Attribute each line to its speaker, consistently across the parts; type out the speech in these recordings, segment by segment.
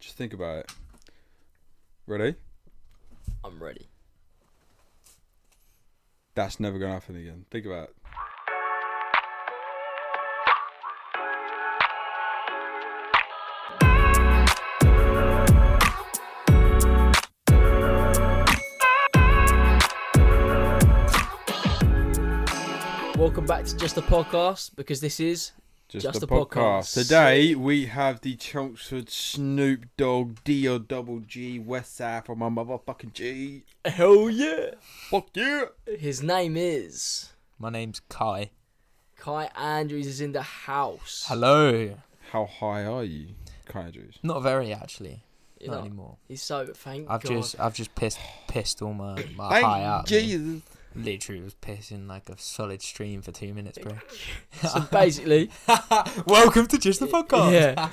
Speaker 1: think about it. Ready?
Speaker 2: I'm ready.
Speaker 1: That's never gonna happen again. Think about it.
Speaker 2: Welcome back to Just a Podcast because this is
Speaker 1: Just,
Speaker 2: Just
Speaker 1: a
Speaker 2: a podcast.
Speaker 1: podcast. Today we have the Chelmsford Snoop Dogg D O double G West Side for my motherfucking G.
Speaker 2: hell yeah.
Speaker 1: Fuck yeah.
Speaker 2: His name is
Speaker 3: My name's Kai.
Speaker 2: Kai Andrews is in the house.
Speaker 3: Hello.
Speaker 1: How high are you, Kaijus?
Speaker 3: Not very actually.
Speaker 2: You
Speaker 3: Not
Speaker 2: know,
Speaker 3: anymore.
Speaker 2: he's so thank
Speaker 3: I've
Speaker 2: Oh, God.
Speaker 3: just I've just pissed pissed all my
Speaker 2: Uh,
Speaker 3: my
Speaker 1: Thank
Speaker 3: high out. me.
Speaker 1: Jesus.
Speaker 3: Literally was pissing like a solid stream for two minutes, bro.
Speaker 2: so basically,
Speaker 3: Welcome to just the podcast.
Speaker 2: yeah.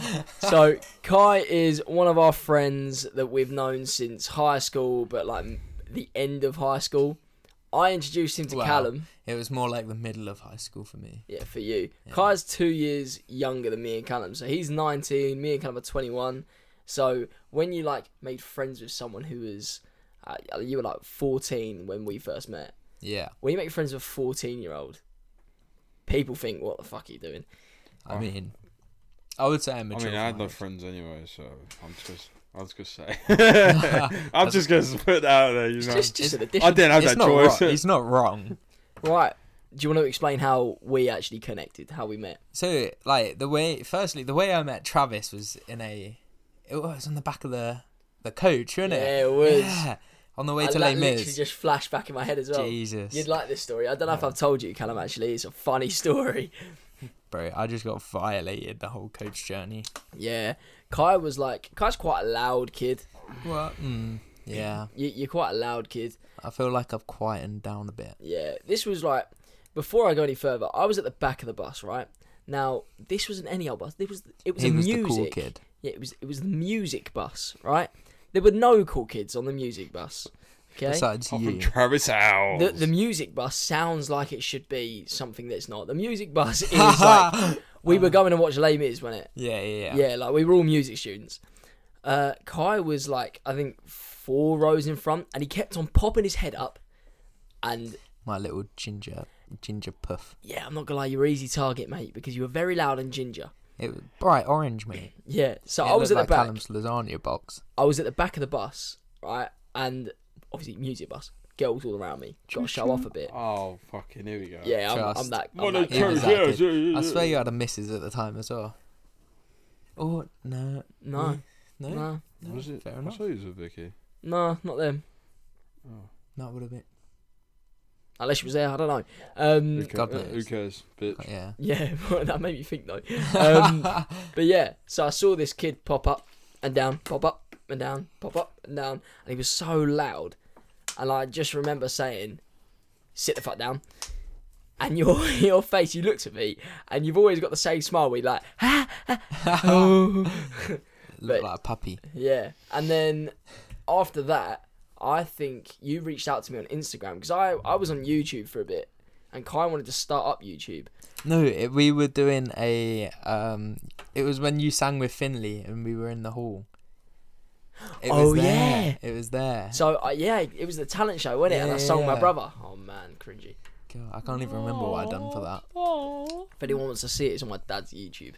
Speaker 2: so Kai is one of our friends that we've known since high school, but like the end of high school. I introduced him to
Speaker 3: Wow.
Speaker 2: Callum.
Speaker 3: It was more like the middle of high school for me.
Speaker 2: Yeah, for you. Kai's two years younger than me and Callum, so he's 19. Me and Callum are 21. So when you like made friends with someone who was, uh, you were like 14 when we first met.
Speaker 3: Yeah.
Speaker 2: When you make friends with a 14 year old, people think, "What the fuck are you doing?"
Speaker 3: I mean, I would say I'm
Speaker 1: Oh. I
Speaker 3: mature.
Speaker 1: mean, I had
Speaker 3: for
Speaker 1: no
Speaker 3: my
Speaker 1: friends anyway, so I'm just. I was gonna say, I'm just gonna put that out there, you
Speaker 2: It's
Speaker 1: know.
Speaker 2: just, just an
Speaker 1: I
Speaker 2: addition.
Speaker 1: didn't have
Speaker 3: age.
Speaker 1: that
Speaker 3: It's not
Speaker 1: choice.
Speaker 3: wrong. It's not wrong.
Speaker 2: Right. Do you want to explain how we actually connected, how we met?
Speaker 3: So like the way, firstly, the way I met Travis was in a, it was on the back of the the coach, wasn't
Speaker 2: Yeah,
Speaker 3: it?
Speaker 2: it was.
Speaker 3: Yeah. On the way
Speaker 2: I,
Speaker 3: to Les
Speaker 2: that literally
Speaker 3: Mis.
Speaker 2: just flashed back in my head as well.
Speaker 3: Jesus.
Speaker 2: You'd like this story. I don't know if I've told you, Callum. Actually, it's a funny story.
Speaker 3: bro. I just got violated the whole coach journey.
Speaker 2: Yeah, Kai was like, Kai's quite a loud kid.
Speaker 3: What? Mm, yeah,
Speaker 2: You, you're quite a loud kid.
Speaker 3: I feel like I've quietened down a bit.
Speaker 2: Yeah, this was like before I go any further. I was at the back of the bus, right? Now this wasn't any old bus. This was it was
Speaker 3: He
Speaker 2: a
Speaker 3: was the
Speaker 2: music. eh?
Speaker 3: cool kid.
Speaker 2: Yeah, it was it was the music bus, right? There were no cool kids on the music bus. Okay.
Speaker 3: Besides
Speaker 1: I'm from
Speaker 3: you,
Speaker 1: Travis House.
Speaker 2: the, the music bus sounds like it should be something that's not. The music bus is like we were going to watch Les Mis, wasn't it?
Speaker 3: yeah, yeah, yeah.
Speaker 2: Yeah, like we were all music students. Uh, Kai was like I think four rows in front, and he kept on popping his head up. And
Speaker 3: My little ginger, ginger puff.
Speaker 2: yeah, I'm not gonna lie, you were easy target, mate, because you were very loud and ginger.
Speaker 3: It was bright orange, mate.
Speaker 2: Yeah, so
Speaker 3: It
Speaker 2: I was
Speaker 3: looked
Speaker 2: at
Speaker 3: like
Speaker 2: the back.
Speaker 3: Callum's lasagna box.
Speaker 2: I was at the back of the bus, right, and obviously music bus, girls all around me, got to show off a bit.
Speaker 1: Oh fucking! Here we go.
Speaker 2: Yeah, I'm, I'm
Speaker 3: Just-
Speaker 2: that. I'm
Speaker 1: Well,
Speaker 2: that
Speaker 1: they
Speaker 2: guy.
Speaker 3: It was
Speaker 1: Yeah, yeah,
Speaker 3: that kid.
Speaker 1: yeah, yeah,
Speaker 3: I
Speaker 2: Mm.
Speaker 3: swear
Speaker 1: yeah.
Speaker 3: you had a missus at the time as well. Oh no,
Speaker 2: No,
Speaker 3: no,
Speaker 2: no,
Speaker 3: no,
Speaker 1: Was it?
Speaker 3: Fair
Speaker 1: I
Speaker 3: enough.
Speaker 1: thought it was a Vicky.
Speaker 2: no, not them.
Speaker 1: Oh.
Speaker 3: That would have been.
Speaker 2: Unless she was there, I don't know. Um,
Speaker 1: Who
Speaker 3: God
Speaker 1: cares? Who
Speaker 3: knows.
Speaker 1: cares, bitch?
Speaker 3: Yeah.
Speaker 2: Yeah, well, that made me think though. Um, but yeah, so I saw this kid pop up and down, pop up and down, pop up and down, and he was so loud, and I just remember saying, "Sit the fuck down." And your your face, you looked at me, and you've always got the same smile. We like,
Speaker 3: Looked
Speaker 2: but-
Speaker 3: like a puppy.
Speaker 2: oh." yeah. And then after that, I think you reached out to me on Instagram because I I was on YouTube for a bit, and Kai wanted to start up YouTube.
Speaker 3: No, it, we were doing a. Um, it was when you sang with Finley, and we were in the hall. It
Speaker 2: Oh,
Speaker 3: there. it was there.
Speaker 2: So uh, yeah, it was the talent show, wasn't it? and I
Speaker 3: Yeah,
Speaker 2: sold my
Speaker 3: yeah.
Speaker 2: brother. Oh man, cringy.
Speaker 3: God, I can't even remember what I done for that.
Speaker 2: If anyone wants to see it, it's on my dad's YouTube.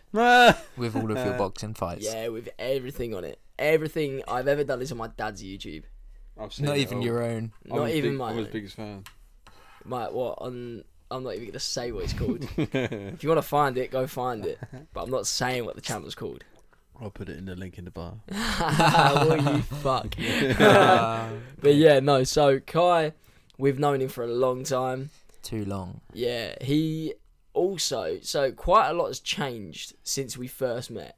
Speaker 3: With all of your boxing fights,
Speaker 2: Yeah, with everything on it. Everything I've ever done is on my dad's YouTube.
Speaker 1: I've seen
Speaker 3: not
Speaker 1: it
Speaker 3: even
Speaker 1: all.
Speaker 3: your own.
Speaker 1: I'm
Speaker 2: Not
Speaker 1: his
Speaker 2: even
Speaker 1: big-
Speaker 2: mine.
Speaker 1: I'm his biggest fan.
Speaker 2: My what on I'm not even gonna say what it's called. if you wanna find it, go find it. But I'm not saying what the channel's called.
Speaker 1: I'll put it in the link in the bar.
Speaker 2: what you fuck. but yeah, no, so Kai, we've known him for a long time.
Speaker 3: Too long.
Speaker 2: Yeah, he also so quite a lot has changed since we first met.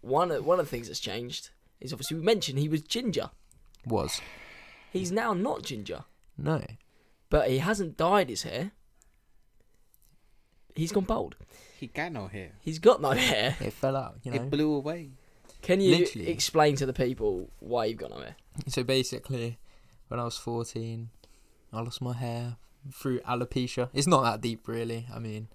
Speaker 2: One of one of the things that's changed is obviously we mentioned he was ginger.
Speaker 3: Was
Speaker 2: He's now not ginger,
Speaker 3: no.
Speaker 2: but he hasn't dyed his hair. He's gone bald.
Speaker 1: He got no hair.
Speaker 2: He's got no hair.
Speaker 3: It fell out. You know.
Speaker 1: blew away.
Speaker 2: Can you
Speaker 3: Literally.
Speaker 2: explain to the people why you've got no hair?
Speaker 3: So basically, when I was fourteen, I lost my hair through alopecia. It's not that deep, really. I mean,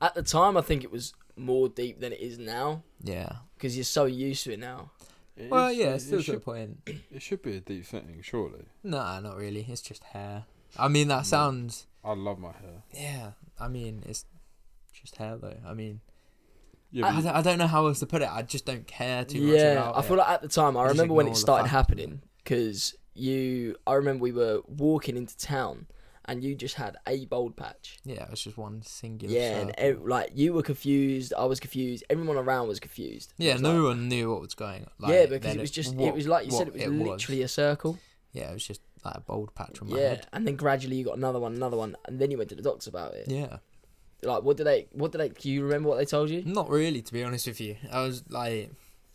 Speaker 2: At the time, I think it was more deep than it is now
Speaker 3: yeah.
Speaker 2: because you're so used to it now.
Speaker 1: It
Speaker 3: Well,
Speaker 1: is-
Speaker 3: yeah,
Speaker 1: it,
Speaker 3: it's still
Speaker 1: it
Speaker 3: to a
Speaker 1: should,
Speaker 3: point.
Speaker 1: it should be a deep thing, surely.
Speaker 3: Nah, not really. It's just hair. I mean, that sounds.
Speaker 1: I love my hair.
Speaker 3: Yeah. I mean, it's just hair though. I mean,
Speaker 1: Yeah,
Speaker 3: I,
Speaker 1: but
Speaker 3: d- I don't know how else to put it. I just don't care too much
Speaker 2: yeah,
Speaker 3: about
Speaker 2: I
Speaker 3: it.
Speaker 2: feel like at the time I
Speaker 3: Just
Speaker 2: remember when
Speaker 3: ignore
Speaker 2: it
Speaker 3: the
Speaker 2: started
Speaker 3: fact.
Speaker 2: happening because you. I remember we were walking into town and you just had a bald patch.
Speaker 3: yeah, it's just one singular.
Speaker 2: Yeah, and
Speaker 3: circle.
Speaker 2: ev- like you were confused, I was confused, everyone around was confused. It
Speaker 3: yeah.
Speaker 2: was
Speaker 3: No
Speaker 2: like-
Speaker 3: one knew what was going. on. Like,
Speaker 2: yeah,
Speaker 3: they
Speaker 2: because it
Speaker 3: looked-
Speaker 2: was just it
Speaker 3: what-
Speaker 2: was like you said,
Speaker 3: what
Speaker 2: it was literally a circle.
Speaker 3: Yeah, it was just like a bold patch on my
Speaker 2: Yeah,
Speaker 3: head.
Speaker 2: and then gradually you got another one, another one, and then you went to the doctor about it.
Speaker 3: Yeah,
Speaker 2: Like, what did they? What did they? Do you remember what they told you?
Speaker 3: not really to be honest with you. I was like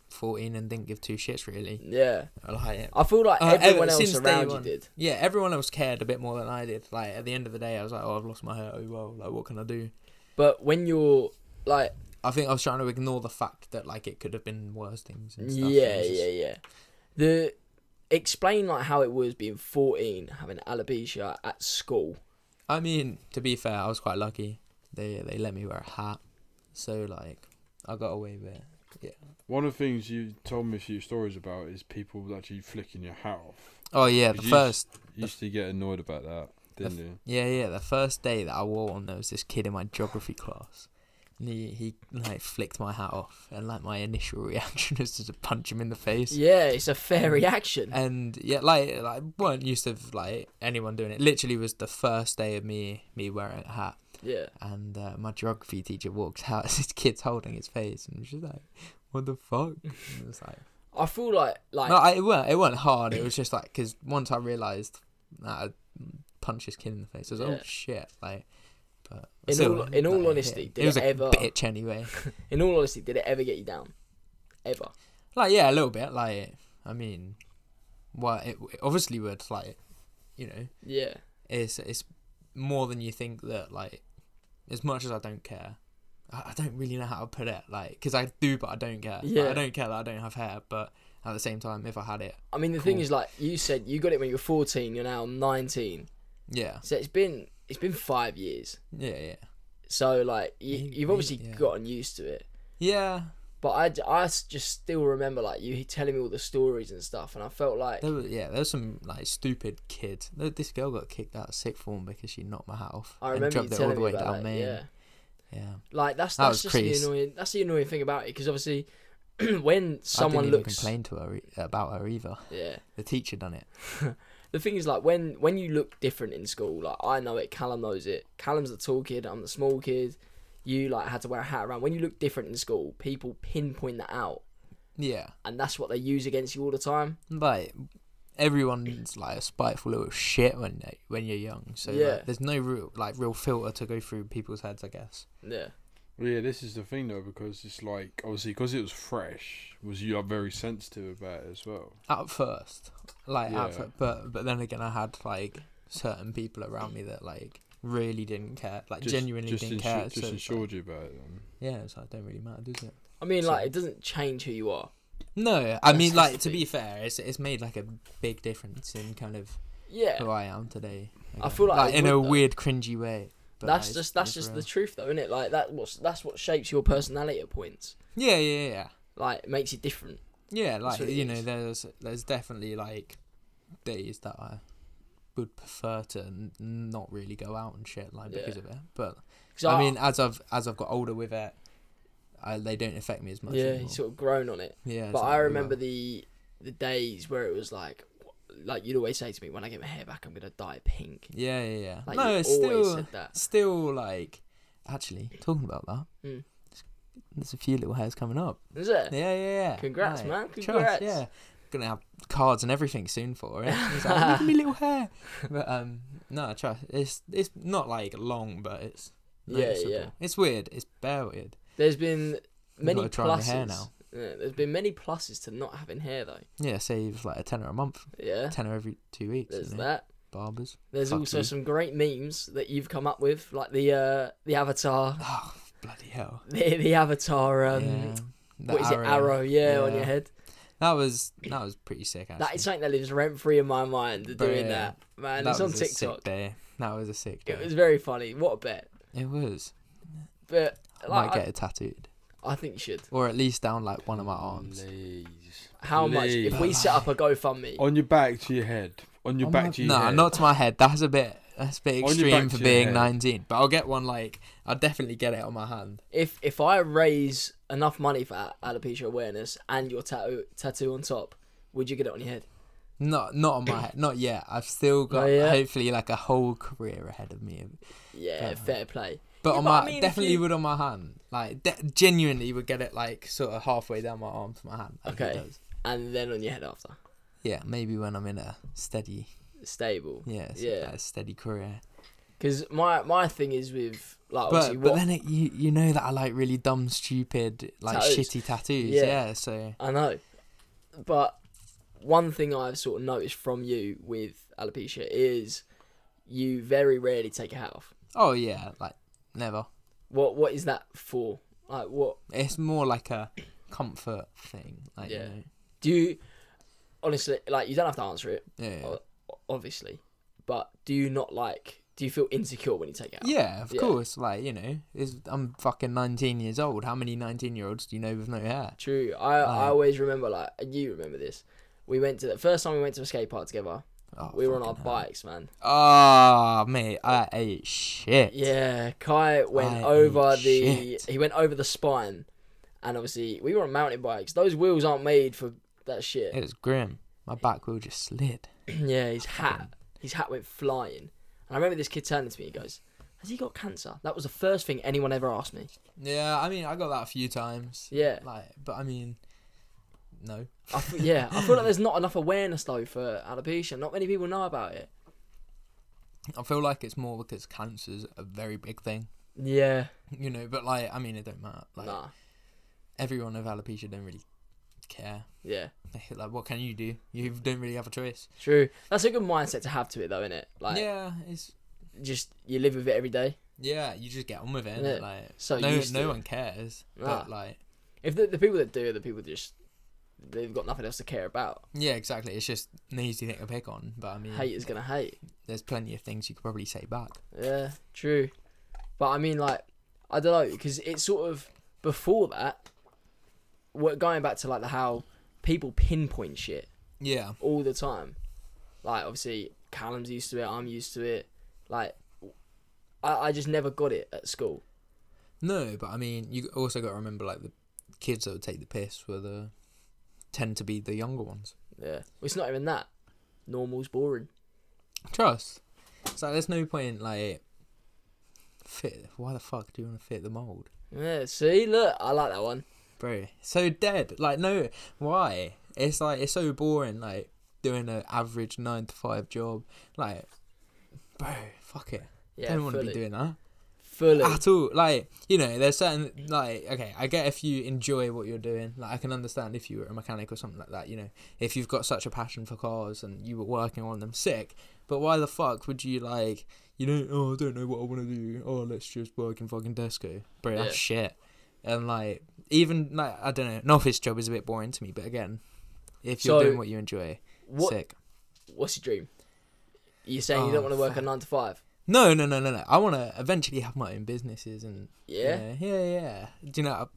Speaker 3: 14 and didn't give two shits really.
Speaker 2: Yeah,
Speaker 3: Like, it.
Speaker 2: I feel like
Speaker 3: Uh, ever-
Speaker 2: everyone else
Speaker 3: since day
Speaker 2: around you
Speaker 3: one.
Speaker 2: did.
Speaker 3: yeah, everyone else cared a bit more than I did. Like at the end of the day, I was like, oh, I've lost my hair. Oh well, like what can I do?
Speaker 2: But when you're like,
Speaker 3: I think I was trying to ignore the fact that like it could have been worse things. And stuff.
Speaker 2: yeah,
Speaker 3: It was
Speaker 2: yeah,
Speaker 3: just-
Speaker 2: yeah. The explain like how it was being 14, having alopecia at school.
Speaker 3: I mean, to be fair, I was quite lucky. They they let me wear a hat, so like I got away with it.
Speaker 1: one of the things you told me a few stories about is people actually flicking your hat off.
Speaker 3: Oh yeah, the
Speaker 1: Did you-
Speaker 3: first
Speaker 1: You used to get annoyed about that, didn't you?
Speaker 3: Yeah, yeah. The first day that I wore one, there was this kid in my geography class. And he, he like flicked my hat off, and like my initial reaction was to punch him in the face.
Speaker 2: Yeah, it's a fair reaction.
Speaker 3: Mm. And yeah, like like weren't used to like anyone doing it. Literally was the first day of me me wearing a hat,
Speaker 2: Yeah,
Speaker 3: and uh, my geography teacher walks out, and this kid's holding his face, and she's like, "What the fuck?" And it was like,
Speaker 2: I feel like like
Speaker 3: no, I, it weren't it weren't hard. It was just like because once I realised that I punched his kid in the face, I was like,
Speaker 2: Yeah.
Speaker 3: oh shit, like. But
Speaker 2: In all- in all
Speaker 3: like, it
Speaker 2: honesty,
Speaker 3: hit.
Speaker 2: did
Speaker 3: it was
Speaker 2: it
Speaker 3: a
Speaker 2: ever-
Speaker 3: bitch anyway.
Speaker 2: in all honesty, did it ever get you down? Ever?
Speaker 3: like yeah, a little bit. Like I mean, well, it, it obviously would like, you know,
Speaker 2: Yeah.
Speaker 3: it's it's more than you think that like, as much as I don't care. I I don't really know how to put it, like, because I do, but I don't care. Like,
Speaker 2: Yeah.
Speaker 3: I don't care that I don't have hair, but at the same time, if I had it,
Speaker 2: I mean, the thing
Speaker 3: Cool.
Speaker 2: is, like you said, you got it when you were 14. You're now 19,
Speaker 3: yeah,
Speaker 2: so it's been it's been five years.
Speaker 3: yeah, yeah,
Speaker 2: So like you,
Speaker 3: Maybe,
Speaker 2: you've obviously
Speaker 3: yeah.
Speaker 2: gotten used to it.
Speaker 3: yeah.
Speaker 2: But I, d- I s- just still remember like you telling me all the stories and stuff, and I felt like
Speaker 3: There was, yeah, there was some like stupid kid. Th- This girl got kicked out of sixth form because she knocked my hat off
Speaker 2: I
Speaker 3: and
Speaker 2: remember you
Speaker 3: dropped it all
Speaker 2: telling
Speaker 3: the
Speaker 2: me
Speaker 3: way
Speaker 2: about
Speaker 3: down
Speaker 2: that.
Speaker 3: main.
Speaker 2: Yeah,
Speaker 3: yeah.
Speaker 2: like that's
Speaker 3: That
Speaker 2: that's
Speaker 3: was
Speaker 2: just
Speaker 3: creased.
Speaker 2: the annoying that's the annoying thing about it because obviously when someone
Speaker 3: I didn't
Speaker 2: looks
Speaker 3: even complain to her e- about her either.
Speaker 2: yeah
Speaker 3: The teacher done it.
Speaker 2: the thing is like when when you look different in school like I know it Callum knows it Callum's the tall kid I'm the small kid you like had to wear a hat around when you look different in school people pinpoint that out
Speaker 3: Yeah,
Speaker 2: and that's what they use against you all the time
Speaker 3: like everyone's like a spiteful little shit when they, when you're young. So like,
Speaker 2: Yeah.
Speaker 3: there's no real like real filter to go through people's heads, I guess.
Speaker 2: yeah
Speaker 1: Well, yeah, this is the thing though, because it's like obviously because it was fresh, was you are very sensitive about it as well.
Speaker 3: At first, like
Speaker 1: Yeah.
Speaker 3: at fir- but but then again, I had like certain people around me that like really didn't care, like
Speaker 1: Just-
Speaker 3: genuinely
Speaker 1: just
Speaker 3: didn't
Speaker 1: insu-
Speaker 3: care.
Speaker 1: Just
Speaker 3: so it's like-
Speaker 1: insured you about it. Then.
Speaker 3: yeah, it's like don't really matter, does it?
Speaker 2: I mean like
Speaker 3: So-
Speaker 2: it doesn't change who you are
Speaker 3: No, I mean,
Speaker 2: That's
Speaker 3: like
Speaker 2: just
Speaker 3: to
Speaker 2: the
Speaker 3: be fair, it's it's made like a big difference in kind of
Speaker 2: yeah
Speaker 3: who I am today.
Speaker 2: I feel like it
Speaker 3: in
Speaker 2: would,
Speaker 3: a
Speaker 2: though.
Speaker 3: weird, cringy way. but, like,
Speaker 2: that's
Speaker 3: it's-
Speaker 2: just that's
Speaker 3: it's
Speaker 2: just the
Speaker 3: real.
Speaker 2: truth though, isn't it? Like that what's that's what shapes your personality at points.
Speaker 3: yeah, yeah, yeah,
Speaker 2: Like it makes you different.
Speaker 3: yeah. Like
Speaker 2: what it
Speaker 3: you know,
Speaker 2: is.
Speaker 3: there's there's definitely like days that I would prefer to n- not really go out and shit like because
Speaker 2: Yeah.
Speaker 3: of it. But
Speaker 2: 'Cause
Speaker 3: I mean, as I've as I've got older with it, I, they don't affect me as much.
Speaker 2: yeah,
Speaker 3: anymore.
Speaker 2: you sort of grown on it.
Speaker 3: yeah.
Speaker 2: but I remember
Speaker 3: the
Speaker 2: the the days where it was like like you'd always say to me when I get my hair back I'm going to dye it pink.
Speaker 3: yeah, yeah, yeah.
Speaker 2: Like
Speaker 3: no,
Speaker 2: you
Speaker 3: it's
Speaker 2: always
Speaker 3: still
Speaker 2: said that.
Speaker 3: still like actually talking about that.
Speaker 2: Mm.
Speaker 3: There's a few little hairs coming up.
Speaker 2: Is it?
Speaker 3: Yeah, yeah, yeah.
Speaker 2: Congrats,
Speaker 3: Right.
Speaker 2: man.
Speaker 3: Trust,
Speaker 2: Congrats.
Speaker 3: yeah. Gonna have cards and everything soon for it. He's like, look at me little hair. But um, no, trust. It's it's not like long, but it's
Speaker 2: Yeah, yeah.
Speaker 3: noticeable. It's weird. It's bare weird.
Speaker 2: There's been
Speaker 3: I've
Speaker 2: many
Speaker 3: gotta
Speaker 2: pluses.
Speaker 3: try my hair now.
Speaker 2: Yeah, there's been many pluses to not having hair though.
Speaker 3: Yeah, saves like a tenner a month,
Speaker 2: Yeah.
Speaker 3: tenner every two weeks.
Speaker 2: There's
Speaker 3: you know?
Speaker 2: that.
Speaker 3: Barbers.
Speaker 2: There's
Speaker 3: Fuck
Speaker 2: also
Speaker 3: you.
Speaker 2: some great memes that you've come up with like the uh the avatar
Speaker 3: Oh bloody hell.
Speaker 2: the, the avatar um
Speaker 3: yeah. The
Speaker 2: what is it arrow yeah, on your
Speaker 3: Yeah.
Speaker 2: head
Speaker 3: That was that was pretty sick. Actually.
Speaker 2: that is something that lives rent free in my mind
Speaker 3: Bro,
Speaker 2: doing
Speaker 3: yeah.
Speaker 2: that man
Speaker 3: That
Speaker 2: it's on
Speaker 3: was a sick
Speaker 2: tiktok
Speaker 3: day. That was a sick day.
Speaker 2: it was very funny what a bet
Speaker 3: It was.
Speaker 2: but
Speaker 3: I might
Speaker 2: like,
Speaker 3: get it tattooed,
Speaker 2: I, I think you should
Speaker 3: or at least down like one of my arms.
Speaker 1: Please. please.
Speaker 2: How much? If
Speaker 1: Please.
Speaker 2: we set up a GoFundMe,
Speaker 3: Oh.
Speaker 1: on your back to your head, on your
Speaker 3: On
Speaker 1: back
Speaker 3: my-
Speaker 1: to your
Speaker 3: no,
Speaker 1: head.
Speaker 3: not to my head. That's a bit. That's a bit
Speaker 1: your
Speaker 3: extreme
Speaker 1: back
Speaker 3: for
Speaker 1: to your
Speaker 3: being
Speaker 1: head.
Speaker 3: 19. But I'll get one. Like I'll definitely get it on my hand.
Speaker 2: if if I raise enough money for a- alopecia awareness and your tattoo tattoo on top, would you get it on your head?
Speaker 3: Not not on my head. Not yet. I've still got
Speaker 2: Not yet?
Speaker 3: hopefully like a whole career ahead of me.
Speaker 2: Yeah, fair play.
Speaker 3: But
Speaker 2: Yeah,
Speaker 3: on
Speaker 2: but I
Speaker 3: my
Speaker 2: mean, if
Speaker 3: definitely
Speaker 2: you-
Speaker 3: would on my hand. Like de- genuinely would get it like sort of halfway down my arm to my hand. like it
Speaker 2: Okay.
Speaker 3: does.
Speaker 2: And then on your head after.
Speaker 3: Yeah, maybe when I'm in a steady,
Speaker 2: Stable.
Speaker 3: yeah, s-
Speaker 2: Yeah.
Speaker 3: like a steady career.
Speaker 2: Because my my thing is with like obviously
Speaker 3: But but
Speaker 2: Oh, what
Speaker 3: then it, you you know that I like really dumb, stupid, like
Speaker 2: Tattoos.
Speaker 3: shitty tattoos.
Speaker 2: Yeah.
Speaker 3: Yeah. so
Speaker 2: I know, but one thing I've sort of noticed from you with alopecia is you very rarely take your hat off.
Speaker 3: oh yeah, like never.
Speaker 2: What what is that for? Like what
Speaker 3: It's more like a comfort thing. Like,
Speaker 2: Yeah.
Speaker 3: You know,
Speaker 2: do you honestly like? You don't have to answer it,
Speaker 3: yeah.
Speaker 2: o- obviously, but do you not like? Do you feel insecure when you take it out?
Speaker 3: Yeah, of
Speaker 2: Yeah.
Speaker 3: course. Like you know, it's, I'm fucking 19 years old. How many 19 year olds do you know with no hair?
Speaker 2: True. I, I
Speaker 3: Like-
Speaker 2: always remember like and you remember this. We went to the first time we went to a skate park together.
Speaker 3: Oh,
Speaker 2: we were on our
Speaker 3: fucking hell.
Speaker 2: bikes, man.
Speaker 3: Ah, mate, I ate shit.
Speaker 2: Yeah, Kai went
Speaker 3: I
Speaker 2: over
Speaker 3: ate
Speaker 2: the
Speaker 3: shit.
Speaker 2: he went over the spine, and obviously we were on mountain bikes. Those wheels aren't made for that shit.
Speaker 3: It was grim. My back wheel just slid.
Speaker 2: yeah, his hat his hat went flying. And I remember this kid turning to me. He goes, "Has he got cancer?" That was the first thing anyone ever asked me.
Speaker 3: Yeah, I mean, I got that a few times.
Speaker 2: Yeah,
Speaker 3: Like, but I mean, no.
Speaker 2: I f- yeah. I feel like there's not enough awareness though for alopecia. Not many people know about it.
Speaker 3: I feel like it's more because cancer's a very big thing,
Speaker 2: Yeah,
Speaker 3: you know. But like, I mean, it don't matter. Like,
Speaker 2: nah,
Speaker 3: everyone with alopecia don't really care.
Speaker 2: yeah.
Speaker 3: Like, what can you do? You don't really have a choice.
Speaker 2: True. That's a good mindset to have to it though, isn't it? Like,
Speaker 3: yeah, it's
Speaker 2: just you live with it every day.
Speaker 3: yeah. You just get on with it.
Speaker 2: Yeah.
Speaker 3: innit? Like,
Speaker 2: So
Speaker 3: no,
Speaker 2: used to
Speaker 3: no
Speaker 2: it.
Speaker 3: one cares.
Speaker 2: Nah.
Speaker 3: But like,
Speaker 2: If the, the people that do, are the people that just they've got nothing else to care about.
Speaker 3: yeah, exactly. It's just an easy thing to pick on. But I mean,
Speaker 2: Hate is gonna hate.
Speaker 3: there's plenty of things you could probably say back.
Speaker 2: Yeah, true. But I mean, like, I don't know, because it's sort of before that. We're going back to like the how people pinpoint shit
Speaker 3: Yeah,
Speaker 2: all the time. Like, obviously, Callum's used to it. I'm used to it. Like, I, I just never got it at school.
Speaker 3: no, but I mean, you also got to remember like the kids that would take the piss were the tend to be the younger ones.
Speaker 2: Yeah, it's not even that. Normal's boring.
Speaker 3: Trust. It's like there's no point in, like fit. Why the fuck do you want to fit the mold,
Speaker 2: Yeah, see, look, I like that one.
Speaker 3: bro? So dead. Like no, why? It's like it's so boring. Like doing an average nine to five job. Like, bro, fuck it.
Speaker 2: Yeah,
Speaker 3: don't want
Speaker 2: fully.
Speaker 3: to be doing Ah, that
Speaker 2: fully.
Speaker 3: at all. Like you know, there's certain like okay, I get if you enjoy what you're doing. Like I can understand if you were a mechanic or something like that. You know, if you've got such a passion for cars and you were working on them sick, but why the fuck would you like? You know, oh, I don't know what I want to do. Oh, let's just work in fucking Desco, bro. That's
Speaker 2: Yeah.
Speaker 3: shit. And like even like I don't know, an office job is a bit boring to me. But again, if you're
Speaker 2: So,
Speaker 3: doing what you enjoy,
Speaker 2: what
Speaker 3: sick.
Speaker 2: What's your dream? You're saying you
Speaker 3: Oh,
Speaker 2: don't want to work a
Speaker 3: fuck.
Speaker 2: nine to five.
Speaker 3: No, no, no, no, no. I want to eventually have my own businesses and
Speaker 2: Yeah.
Speaker 3: yeah, yeah, yeah. Do you know? a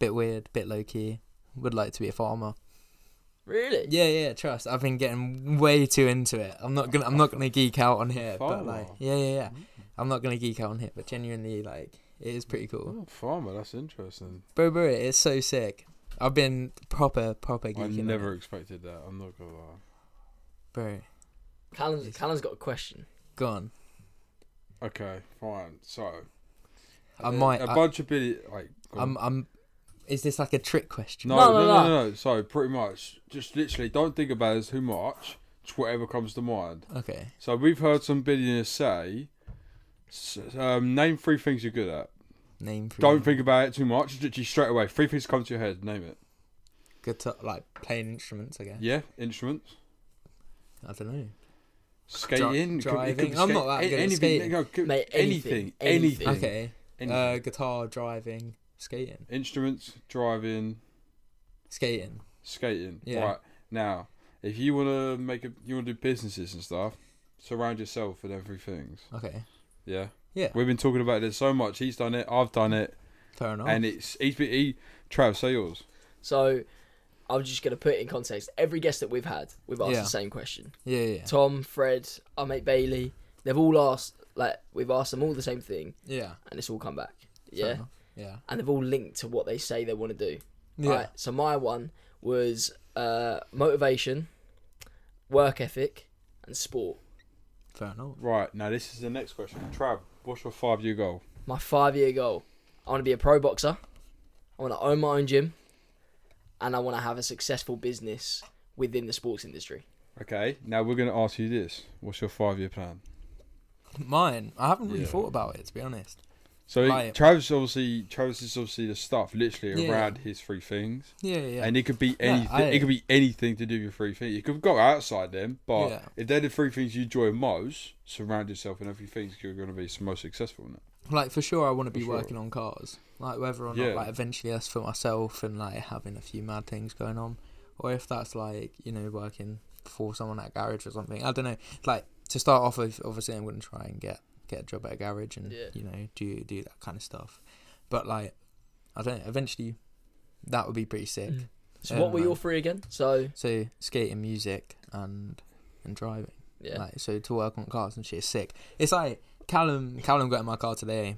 Speaker 3: Bit weird, bit low key. Would like to be a farmer.
Speaker 2: Really?
Speaker 3: Yeah, yeah. Trust. I've been getting way too into it. I'm not gonna. I'm not gonna geek out on here. But like,
Speaker 1: Farmer.
Speaker 3: yeah, yeah, yeah. I'm not gonna geek out on here. But genuinely, like, it is pretty cool.
Speaker 1: Oh, farmer, that's interesting.
Speaker 3: Bro, bro, it's so sick. I've been proper, proper geeking.
Speaker 1: I
Speaker 3: on
Speaker 1: never
Speaker 3: it.
Speaker 1: expected that. I'm not gonna lie.
Speaker 3: Bro,
Speaker 2: Callum's, Callum's got a question.
Speaker 3: gone.
Speaker 1: Okay, fine. So
Speaker 3: I
Speaker 1: a-
Speaker 3: might.
Speaker 1: a
Speaker 3: I,
Speaker 1: bunch of billi like. go on.
Speaker 3: I'm. I'm. Is this like a trick question?
Speaker 1: No, no,
Speaker 2: No,
Speaker 1: no,
Speaker 2: no,
Speaker 1: no, no, So pretty much, just literally, don't think about it too much. Just whatever comes to mind.
Speaker 3: Okay.
Speaker 1: So we've heard some billionaires say, s- um, "Name three things you're good at."
Speaker 3: Name. Three.
Speaker 1: Don't think about it too much. Just literally straight away, three things come to your head. Name it.
Speaker 3: guitar, like playing instruments. I guess.
Speaker 1: Yeah, instruments.
Speaker 3: I don't know.
Speaker 1: Skating,
Speaker 3: Dri-
Speaker 1: it could- it could be
Speaker 3: driving. I'm not
Speaker 1: skate- a-
Speaker 3: that good at
Speaker 1: anything,
Speaker 3: skating.
Speaker 1: no, it could-
Speaker 2: Mate, anything,
Speaker 1: anything, anything,
Speaker 2: anything.
Speaker 3: Okay.
Speaker 1: anything.
Speaker 3: Uh, guitar, driving, skating,
Speaker 1: Instruments, driving,
Speaker 3: skating.
Speaker 1: skating.
Speaker 3: Yeah.
Speaker 1: Right now, if you want to make a, you want to do businesses and stuff, surround yourself with every things.
Speaker 3: Okay.
Speaker 1: Yeah.
Speaker 3: Yeah.
Speaker 1: We've been talking about this so much. He's done it. I've done it,
Speaker 3: Fair enough.
Speaker 1: and it's he's been, he. Trav, say yours.
Speaker 2: So, I'm just gonna put it in context. Every guest that we've had, we've asked
Speaker 3: Yeah.
Speaker 2: the same question.
Speaker 3: Yeah, yeah,
Speaker 2: Tom, Fred, our mate Bailey, they've all asked like we've asked them all the same thing,
Speaker 3: yeah.
Speaker 2: and it's all come back.
Speaker 3: Fair
Speaker 2: Yeah,
Speaker 3: enough. yeah,
Speaker 2: and they've all linked to what they say they want to do.
Speaker 3: yeah,
Speaker 2: Right. So my one was uh, motivation, work ethic, and sport.
Speaker 3: Fair enough.
Speaker 1: Right, now this is the next question. Trav, what's your five year goal?
Speaker 2: My five-year goal: I want to be a pro boxer. I want to own my own gym, and I want to have a successful business within the sports industry.
Speaker 1: Okay, now we're going to ask you this. What's your five year plan?
Speaker 3: Mine. I haven't really
Speaker 1: Yeah.
Speaker 3: thought about it to be honest.
Speaker 1: So
Speaker 3: Right.
Speaker 1: Travis obviously Travis is obviously the stuff literally
Speaker 3: Yeah.
Speaker 1: around his three things.
Speaker 3: Yeah, yeah, yeah.
Speaker 1: And it could be
Speaker 3: No,
Speaker 1: anything
Speaker 3: I-
Speaker 1: it could be anything to do with your three things. You could go outside them, but
Speaker 3: Yeah.
Speaker 1: if they're the three things you enjoy most, surround yourself in every thing 'cause you're gonna be most successful in it.
Speaker 3: like for sure, I want to be
Speaker 1: For sure.
Speaker 3: working on cars. Like whether or
Speaker 1: Yeah.
Speaker 3: not like eventually that's for myself and like having a few mad things going on, or if that's like you know working for someone at a garage or something. I don't know. Like to start off with, obviously I'm going to try and get get a job at a garage and
Speaker 2: Yeah.
Speaker 3: you know do do that kind of stuff. But like I don't. know, Eventually, that would be pretty sick.
Speaker 2: Mm. So
Speaker 3: Yeah,
Speaker 2: what were
Speaker 3: man.
Speaker 2: your three again? So
Speaker 3: So skating, music, and and driving.
Speaker 2: yeah,
Speaker 3: Like so to work on cars and shit is sick. It's like Callum Callum got in my car today.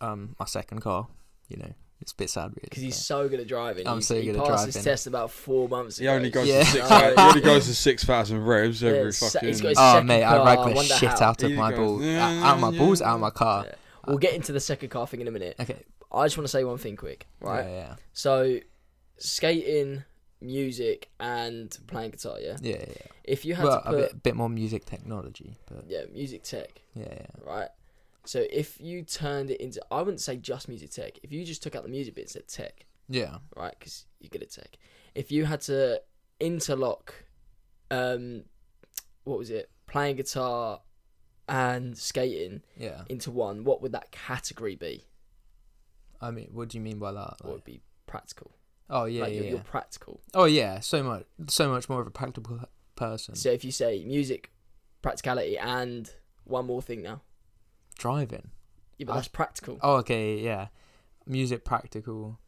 Speaker 3: Um, my second car. You know, it's a bit sad really.
Speaker 2: because he's
Speaker 3: but-
Speaker 2: so good at driving.
Speaker 3: I'm
Speaker 2: He-
Speaker 3: so
Speaker 2: he
Speaker 3: good at
Speaker 2: passed his
Speaker 3: driving.
Speaker 2: test about four months
Speaker 1: He
Speaker 2: ago.
Speaker 1: only goes to
Speaker 3: Yeah.
Speaker 1: six
Speaker 2: No,
Speaker 1: he only goes to six thousand revs
Speaker 2: Yeah,
Speaker 1: every
Speaker 2: it's-
Speaker 1: fucking
Speaker 2: he's got his-
Speaker 3: Oh
Speaker 2: second
Speaker 3: mate,
Speaker 2: car,
Speaker 3: I
Speaker 2: I
Speaker 3: rag the
Speaker 2: wonder
Speaker 3: shit
Speaker 2: how.
Speaker 3: out of
Speaker 1: He
Speaker 3: my
Speaker 1: goes,
Speaker 3: balls,
Speaker 1: "Yeah,
Speaker 3: out of my
Speaker 1: yeah,
Speaker 3: balls,
Speaker 1: yeah."
Speaker 3: out of my car.
Speaker 2: Yeah. We'll get into the second car thing in a minute.
Speaker 3: Okay,
Speaker 2: I just want to say one thing quick, right?
Speaker 3: right, yeah,
Speaker 2: So, skating, music, and playing guitar. Yeah.
Speaker 3: yeah, yeah. yeah.
Speaker 2: If you had
Speaker 3: Well,
Speaker 2: to
Speaker 3: a
Speaker 2: put
Speaker 3: bit, bit more music technology, but
Speaker 2: yeah, music tech,
Speaker 3: yeah, yeah,
Speaker 2: right? So if you turned it into, I wouldn't say just music tech. If you just took out the music bits at tech,
Speaker 3: yeah.
Speaker 2: right? Because you're good at tech. If you had to interlock, um, what was it? Playing guitar and skating
Speaker 3: Yeah,
Speaker 2: into one. What would that category be?
Speaker 3: I mean, what do you mean by that?
Speaker 2: What
Speaker 3: Like,
Speaker 2: would be practical?
Speaker 3: oh yeah,
Speaker 2: like
Speaker 3: yeah,
Speaker 2: you're,
Speaker 3: yeah.
Speaker 2: you're practical.
Speaker 3: Oh yeah, so much, so much more of a practical person.
Speaker 2: So if you say music, practicality, and one more thing now,
Speaker 3: Driving.
Speaker 2: yeah, but
Speaker 3: I-
Speaker 2: that's practical.
Speaker 3: Oh okay, yeah. Music practical.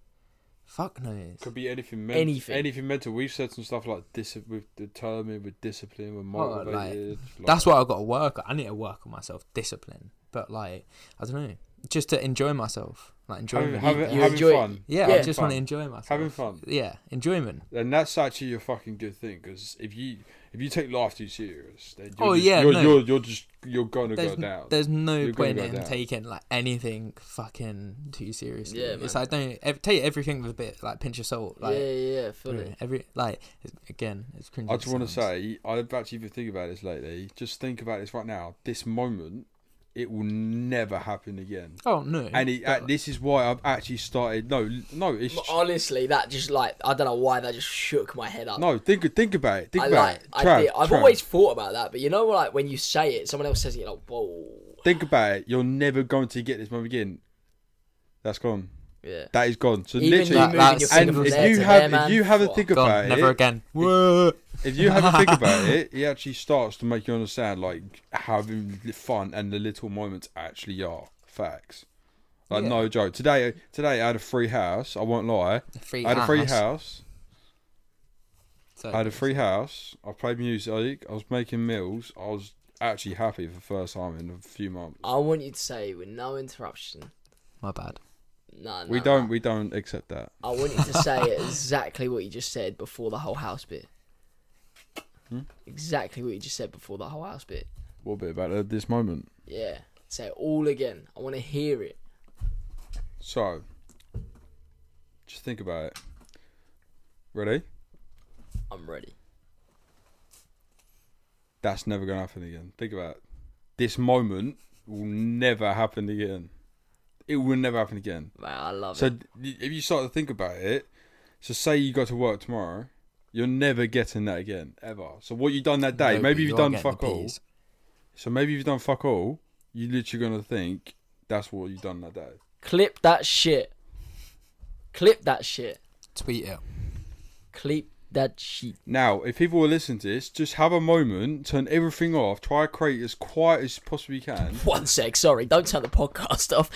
Speaker 3: Fuck knows.
Speaker 1: could be anything mental.
Speaker 2: Anything.
Speaker 1: Anything. mental. We've said some stuff like dis- with determined, with discipline, with
Speaker 3: Oh, like,
Speaker 1: motivated. like-
Speaker 3: That's what I've got to work on. I need to work on myself. Discipline. But like I don't know. Just to enjoy myself. Like
Speaker 1: having,
Speaker 3: enjoyment.
Speaker 1: having,
Speaker 2: you
Speaker 1: having
Speaker 2: enjoy-
Speaker 1: fun.
Speaker 3: yeah, I
Speaker 2: yeah.
Speaker 3: just
Speaker 1: Fun.
Speaker 3: want to enjoy myself.
Speaker 1: Having fun.
Speaker 3: Yeah. Enjoyment.
Speaker 1: And that's actually a fucking good thing because if you if you take life too serious, then you're
Speaker 3: Oh,
Speaker 1: just,
Speaker 3: yeah,
Speaker 1: you're,
Speaker 3: no.
Speaker 1: you're you're just you're gonna
Speaker 3: There's,
Speaker 1: go down.
Speaker 3: there's no
Speaker 1: You're gonna
Speaker 3: point
Speaker 1: go
Speaker 3: in
Speaker 1: down.
Speaker 3: taking like anything fucking too seriously.
Speaker 2: Yeah,
Speaker 3: it's
Speaker 2: man.
Speaker 3: like don't ev- take everything with a bit like pinch of salt. Like
Speaker 2: yeah, yeah, yeah, fully.
Speaker 3: bro, every like it's- again, it's cringe.
Speaker 1: I
Speaker 3: as
Speaker 1: just
Speaker 3: it
Speaker 1: want to
Speaker 3: sounds.
Speaker 1: say, I've actually been thinking about this lately. Just think about this right now. This moment, it will never happen again.
Speaker 3: Oh no.
Speaker 1: And it, uh,
Speaker 3: but-
Speaker 1: this is why I've actually started. No, no, it's
Speaker 2: But honestly, that just like I don't know why that just shook my head up.
Speaker 1: no. Think think about it. Think
Speaker 2: I
Speaker 1: about
Speaker 2: like
Speaker 1: it.
Speaker 2: I
Speaker 1: Trav,
Speaker 2: did. I've
Speaker 1: Trav,
Speaker 2: always thought about that, but you know, like when you say it, someone else says it, you're like whoa.
Speaker 1: think about it. You're never going to get this moment again. That's gone.
Speaker 2: Yeah.
Speaker 1: That is gone. So
Speaker 2: Even you
Speaker 1: literally,
Speaker 3: That-
Speaker 2: moving
Speaker 3: that's-
Speaker 2: your
Speaker 1: and
Speaker 2: finger from
Speaker 1: if
Speaker 2: there
Speaker 1: you
Speaker 2: to
Speaker 1: have
Speaker 2: there, man,
Speaker 1: if you have a
Speaker 2: fuck.
Speaker 1: think
Speaker 3: God,
Speaker 1: about
Speaker 3: never
Speaker 1: it,
Speaker 3: again. Whoa.
Speaker 1: if you have a think about it, it actually starts to make you understand like having fun and the little moments actually are facts. Like
Speaker 3: Yeah.
Speaker 1: no joke. Today, today I had a free house. I won't lie.
Speaker 3: Free
Speaker 1: I had a free
Speaker 3: house.
Speaker 1: house.
Speaker 3: So
Speaker 1: I had a free house. I played music. I was making meals. I was actually happy for the first time in a few months.
Speaker 2: I want you to say with no interruption.
Speaker 3: My bad.
Speaker 2: No, no.
Speaker 1: We don't. We don't accept that.
Speaker 2: I want you to say exactly what you just said before the whole house bit. Exactly what you just said before the whole house bit.
Speaker 1: What bit about uh, this moment?
Speaker 2: Yeah. Say it all again. I want to hear it.
Speaker 1: So, just think about it. Ready?
Speaker 2: I'm ready.
Speaker 1: That's never gonna happen again. Think about it. This moment will never happen again. It will never happen again.
Speaker 2: Man, I love
Speaker 1: So
Speaker 2: it.
Speaker 1: d- if you start to think about it, so say you go to work tomorrow, you're never getting that again ever. So what you done that day?
Speaker 3: No, but
Speaker 1: maybe you've
Speaker 3: are
Speaker 1: done
Speaker 3: getting the
Speaker 1: fuck all.
Speaker 3: peas.
Speaker 1: So maybe you've done fuck all. You're literally gonna think that's what you've done that day.
Speaker 2: Clip that shit. Clip that shit.
Speaker 3: Tweet it.
Speaker 2: Clip that shit.
Speaker 1: Now, if people will listen to this, just have a moment, turn everything off, try to create as quiet as you possibly can.
Speaker 2: One sec. Sorry. Don't turn the podcast off.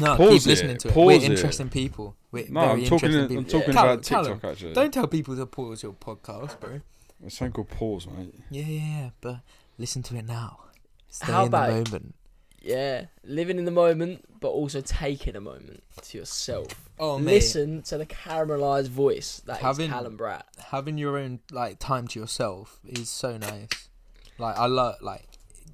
Speaker 3: No,
Speaker 1: Pause
Speaker 3: keep listening
Speaker 1: it,
Speaker 3: to it.
Speaker 1: pause
Speaker 3: We're
Speaker 1: it.
Speaker 3: interesting people. Wi-
Speaker 1: No,
Speaker 3: very
Speaker 1: I'm talking.
Speaker 3: interesting
Speaker 1: I'm
Speaker 3: people.
Speaker 1: talking
Speaker 3: Callum,
Speaker 1: about TikTok
Speaker 3: Callum,
Speaker 1: actually.
Speaker 3: Don't tell people to pause your podcast, bro.
Speaker 1: It's something called pause, mate.
Speaker 3: Yeah, yeah, yeah. But listen to it now. Stay
Speaker 2: How
Speaker 3: in
Speaker 2: about-
Speaker 3: the moment.
Speaker 2: Yeah, living in the moment, but also taking a moment to yourself.
Speaker 3: Oh, mate.
Speaker 2: Listen to the caramelized voice that is
Speaker 3: Having-
Speaker 2: Callum Brat.
Speaker 3: having your own like time to yourself is so nice. Like I love like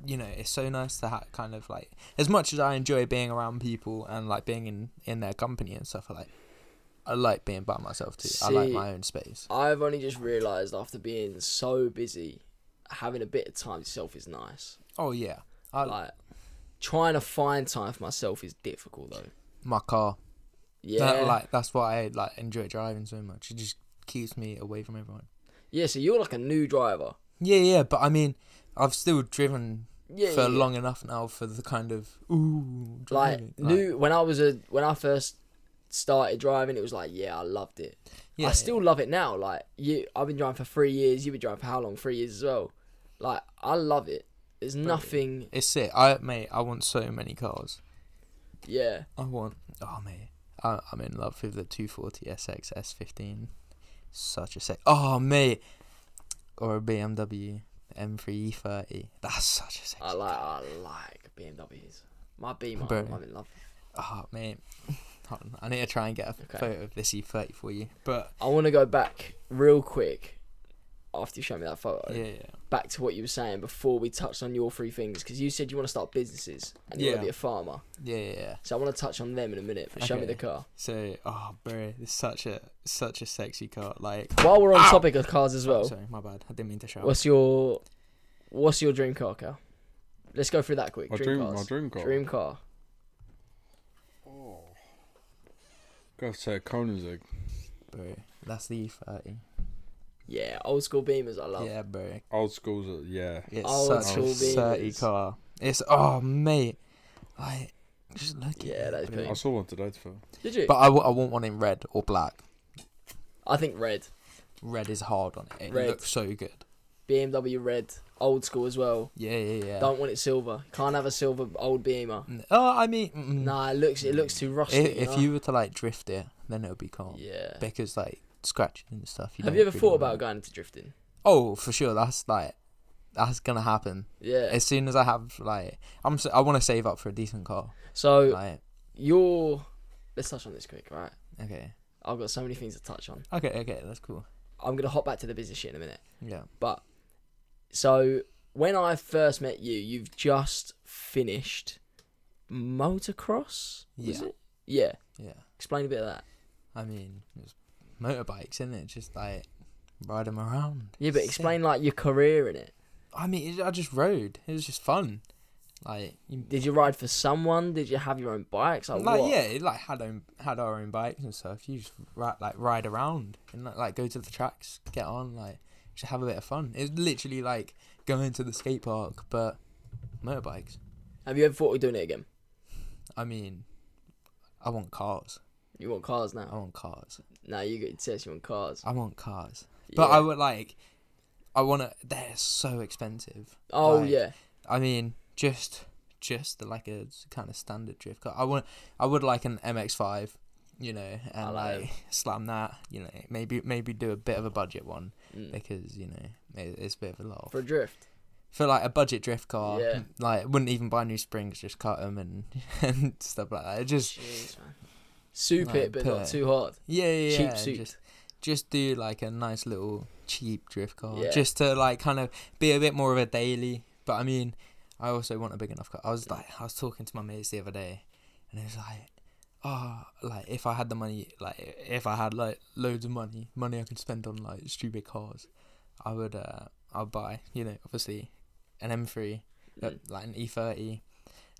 Speaker 3: you know it's so nice to ha- kind of like as much as I enjoy being around people and like being in in their company and stuff. I like I like being by myself too. I like
Speaker 2: See-
Speaker 3: my own space.
Speaker 2: I've only just realised after being so busy, having a bit of time to yourself is nice.
Speaker 3: Oh yeah, I
Speaker 2: Like trying to find time for myself is difficult though.
Speaker 3: my car.
Speaker 2: Yeah,
Speaker 3: That, like that's why I like enjoy driving so much. It just keeps me away from everyone.
Speaker 2: yeah. So you're like a new driver.
Speaker 3: Yeah, yeah, but I mean, I've still driven
Speaker 2: Yeah,
Speaker 3: for
Speaker 2: yeah, yeah.
Speaker 3: long enough now for the kind of ooh
Speaker 2: like
Speaker 3: driving.
Speaker 2: new when I was a when I first started driving, it was like yeah, I loved it.
Speaker 3: yeah,
Speaker 2: I still love it now. Like you, I've been driving for three years. You've been driving for how long? Three years as well. Like I love it. There's nothing.
Speaker 3: It's it. I mate, I want so many cars.
Speaker 2: Yeah,
Speaker 3: I want. Oh mate, I, I'm in love with the 240 SX S15. Such a sick. Oh mate, or a BMW M3 E30. E That's such a sick.
Speaker 2: I like. I like BMWs. My Beamer.
Speaker 3: Bro.
Speaker 2: I'm in love. with.
Speaker 3: Oh mate, Hold on, I need to try and get a
Speaker 2: Okay.
Speaker 3: photo of this E30 for you. But
Speaker 2: I want to go back real quick after you show me that photo.
Speaker 3: yeah, yeah.
Speaker 2: Back to what you were saying before we touched on your three things because you said you want to start businesses and you want
Speaker 3: Yeah.
Speaker 2: to be a farmer.
Speaker 3: yeah, yeah, yeah.
Speaker 2: So I want to touch on them in a minute. But show me
Speaker 3: Okay.
Speaker 2: the car.
Speaker 3: So oh bro, it's such a such a sexy car. Like
Speaker 2: While we're on topic of cars as well,
Speaker 3: sorry, my bad. I didn't mean to shout.
Speaker 2: What's your What's your dream car, Cal? Let's go through that quick.
Speaker 1: My dream,
Speaker 2: dream,
Speaker 1: my
Speaker 2: cars.
Speaker 1: dream car.
Speaker 2: Dream car.
Speaker 1: Gotta say, Koenigsegg.
Speaker 3: bro, that's the E30.
Speaker 2: Yeah, old school Beamers. I love.
Speaker 3: Yeah, bro.
Speaker 1: Old school's, a, yeah.
Speaker 3: It's
Speaker 2: Oh,
Speaker 1: it's
Speaker 3: such
Speaker 1: all
Speaker 3: a dirty
Speaker 2: beans.
Speaker 3: car. It's oh mate, like just look at
Speaker 2: Yeah,
Speaker 3: it,
Speaker 2: that's
Speaker 3: bro.
Speaker 2: big.
Speaker 1: I saw one today. To be fair.
Speaker 2: Did you?
Speaker 3: But I, w- I want one in red or black.
Speaker 2: I think red.
Speaker 3: Red is hard on it. It
Speaker 2: Red.
Speaker 3: looks so good.
Speaker 2: BMW red. Old school as well.
Speaker 3: Yeah, yeah, yeah.
Speaker 2: Don't want it silver. Can't have a silver old Beamer.
Speaker 3: N- Oh, I mean, mm,
Speaker 2: Nah, it looks it looks too
Speaker 3: i-
Speaker 2: rusty.
Speaker 3: if,
Speaker 2: know?
Speaker 3: you were to like drift it, then it would be calm.
Speaker 2: Yeah.
Speaker 3: Because like scratching and stuff. You
Speaker 2: have
Speaker 3: don't
Speaker 2: you ever
Speaker 3: really
Speaker 2: thought
Speaker 3: want
Speaker 2: about
Speaker 3: it.
Speaker 2: going into drifting?
Speaker 3: Oh, for sure. That's like, that's gonna happen.
Speaker 2: Yeah.
Speaker 3: As soon as I have like, I'm s- I want to save up for a decent car.
Speaker 2: so
Speaker 3: Like,
Speaker 2: your let's touch on this quick, right?
Speaker 3: okay,
Speaker 2: I've got so many things to touch on.
Speaker 3: okay, okay. That's cool.
Speaker 2: I'm gonna hop back to the business shit in a minute.
Speaker 3: Yeah.
Speaker 2: But so when I first met you, you've just finished motocross. was
Speaker 3: Yeah.
Speaker 2: it? Yeah.
Speaker 3: Yeah.
Speaker 2: Explain a bit of that.
Speaker 3: I mean, it's motorbikes, isn't it? Just like ride 'em around.
Speaker 2: Yeah, but
Speaker 3: Sick.
Speaker 2: explain like your career in it.
Speaker 3: I mean, it, I just rode. It was just fun. Like, you,
Speaker 2: Did you ride for someone? Did you have your own bikes? Like,
Speaker 3: like
Speaker 2: what?
Speaker 3: yeah, it, like had own, had our own bikes and stuff. You just ride, like ride around and like, like go to the tracks, get on, like just have a bit of fun. It's literally like going to the skate park, but motorbikes.
Speaker 2: Have you ever thought of doing it again?
Speaker 3: I mean, I want cars.
Speaker 2: You want cars
Speaker 3: I
Speaker 2: now?
Speaker 3: want cars.
Speaker 2: No, you got says you want cars.
Speaker 3: I want cars. But
Speaker 2: Yeah.
Speaker 3: I would like. I want to. They're so expensive.
Speaker 2: Oh
Speaker 3: like,
Speaker 2: yeah.
Speaker 3: I mean, just just the, like a kind of standard drift car. I want, I would like an MX-5, you know,
Speaker 2: I
Speaker 3: and
Speaker 2: like
Speaker 3: like slam that, you know, maybe maybe do a bit of a budget one
Speaker 2: Mm.
Speaker 3: because you know it, it's a bit of a lot
Speaker 2: For a drift.
Speaker 3: for like a budget drift car.
Speaker 2: Yeah.
Speaker 3: Like wouldn't even buy new springs, just cut them and and stuff like that. Just
Speaker 2: Jeez, man. Soup
Speaker 3: Like,
Speaker 2: it, but not
Speaker 3: put-
Speaker 2: too hard.
Speaker 3: yeah, yeah,
Speaker 2: Cheap
Speaker 3: yeah,
Speaker 2: soup.
Speaker 3: Just just do like a nice little cheap drift car,
Speaker 2: Yeah.
Speaker 3: just to like kind of be a bit more of a daily. But I mean, I also want a big enough car. I was like, I was talking to my mates the other day, and it was like, oh, like if I had the money, like if I had like loads of money, money I could spend on like stupid cars, I would, uh, I'd buy, you know, obviously, an M3, uh,
Speaker 2: Mm.
Speaker 3: like an E30,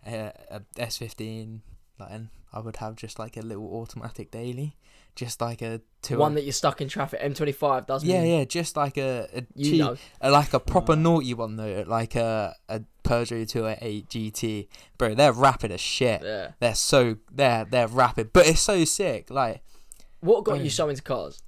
Speaker 3: a, a S15. Like, and I would have just like a little automatic daily, just like a two.
Speaker 2: One that you're stuck in traffic. M25 doesn't.
Speaker 3: Yeah, yeah, just like a, a
Speaker 2: You
Speaker 3: cheap,
Speaker 2: know.
Speaker 3: a- like a proper naughty one though, like a a Peugeot 208 GT, bro. They're rapid as shit.
Speaker 2: Yeah.
Speaker 3: They're so they're they're rapid, but it's so sick. Like
Speaker 2: What got
Speaker 3: Boom.
Speaker 2: you so into cars?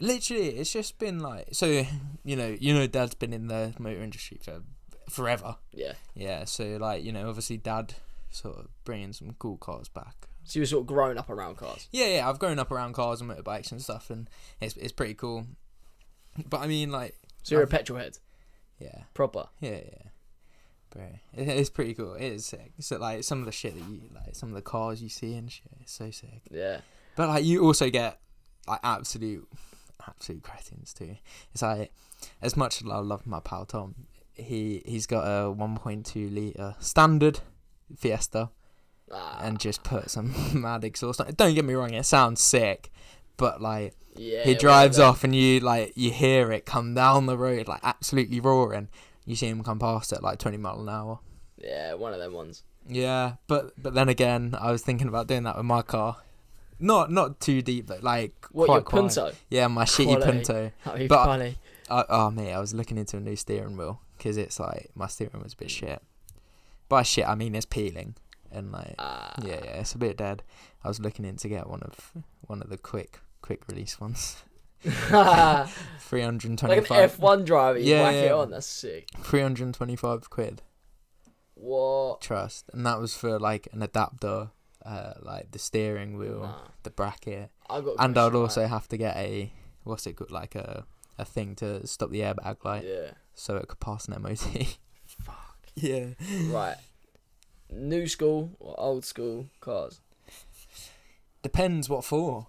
Speaker 3: literally, it's just been like so. You know, you know, Dad's been in the motor industry for forever.
Speaker 2: Yeah.
Speaker 3: Yeah, so like you know, obviously Dad sort of bringing some cool cars back.
Speaker 2: So you were sort of grown up around cars.
Speaker 3: Yeah, yeah, I've grown up around cars and motorbikes and stuff, and it's it's pretty cool. But I mean, like,
Speaker 2: So you're a
Speaker 3: I've-
Speaker 2: petrol head,
Speaker 3: yeah,
Speaker 2: proper.
Speaker 3: yeah, yeah. Bro, it, it's pretty cool. It is sick. So like some of the shit that you like, some of the cars you see and shit, it's so sick.
Speaker 2: Yeah.
Speaker 3: But like you also get like absolute, absolute cretins too. It's like as much as I love my pal Tom, he he's got a 1.2 liter standard Fiesta
Speaker 2: Ah,
Speaker 3: and just put some mad exhaust on. it. Don't get me wrong, it sounds sick, but like
Speaker 2: yeah.
Speaker 3: he
Speaker 2: one of
Speaker 3: drives
Speaker 2: them.
Speaker 3: off and you like you hear it come down the road like absolutely roaring. You see him come past at like 20 mile an hour.
Speaker 2: Yeah, one of them ones.
Speaker 3: Yeah, but but then again, I was thinking about doing that with my car. Not not too deep though, like
Speaker 2: What
Speaker 3: quite
Speaker 2: your
Speaker 3: quiet.
Speaker 2: Punto?
Speaker 3: Yeah, my shitty
Speaker 2: Quality.
Speaker 3: Punto.
Speaker 2: That'd be
Speaker 3: But-
Speaker 2: funny.
Speaker 3: I, oh mate, I was looking into a new steering wheel because it's like my steering was a
Speaker 2: Hmm.
Speaker 3: bit shit. By shit, I mean it's peeling and like
Speaker 2: Ah,
Speaker 3: yeah, yeah, it's a bit dead. I was looking in to get one of one of the quick quick release ones. Three hundred and
Speaker 2: like an
Speaker 3: twenty
Speaker 2: F
Speaker 3: five
Speaker 2: one driver, you
Speaker 3: Yeah,
Speaker 2: whack it
Speaker 3: yeah.
Speaker 2: on. That's sick.
Speaker 3: three hundred and twenty five quid.
Speaker 2: What?
Speaker 3: Trust. And that was for like an adapter, uh like the steering wheel,
Speaker 2: Nah.
Speaker 3: the bracket.
Speaker 2: I got. a
Speaker 3: And I'd
Speaker 2: question,
Speaker 3: also
Speaker 2: right?
Speaker 3: have to get a what's it called like a a thing to stop the airbag light
Speaker 2: Yeah.
Speaker 3: so it could pass an MOT.
Speaker 2: Fuck.
Speaker 3: yeah.
Speaker 2: Right. New school or old school cars?
Speaker 3: Depends what for.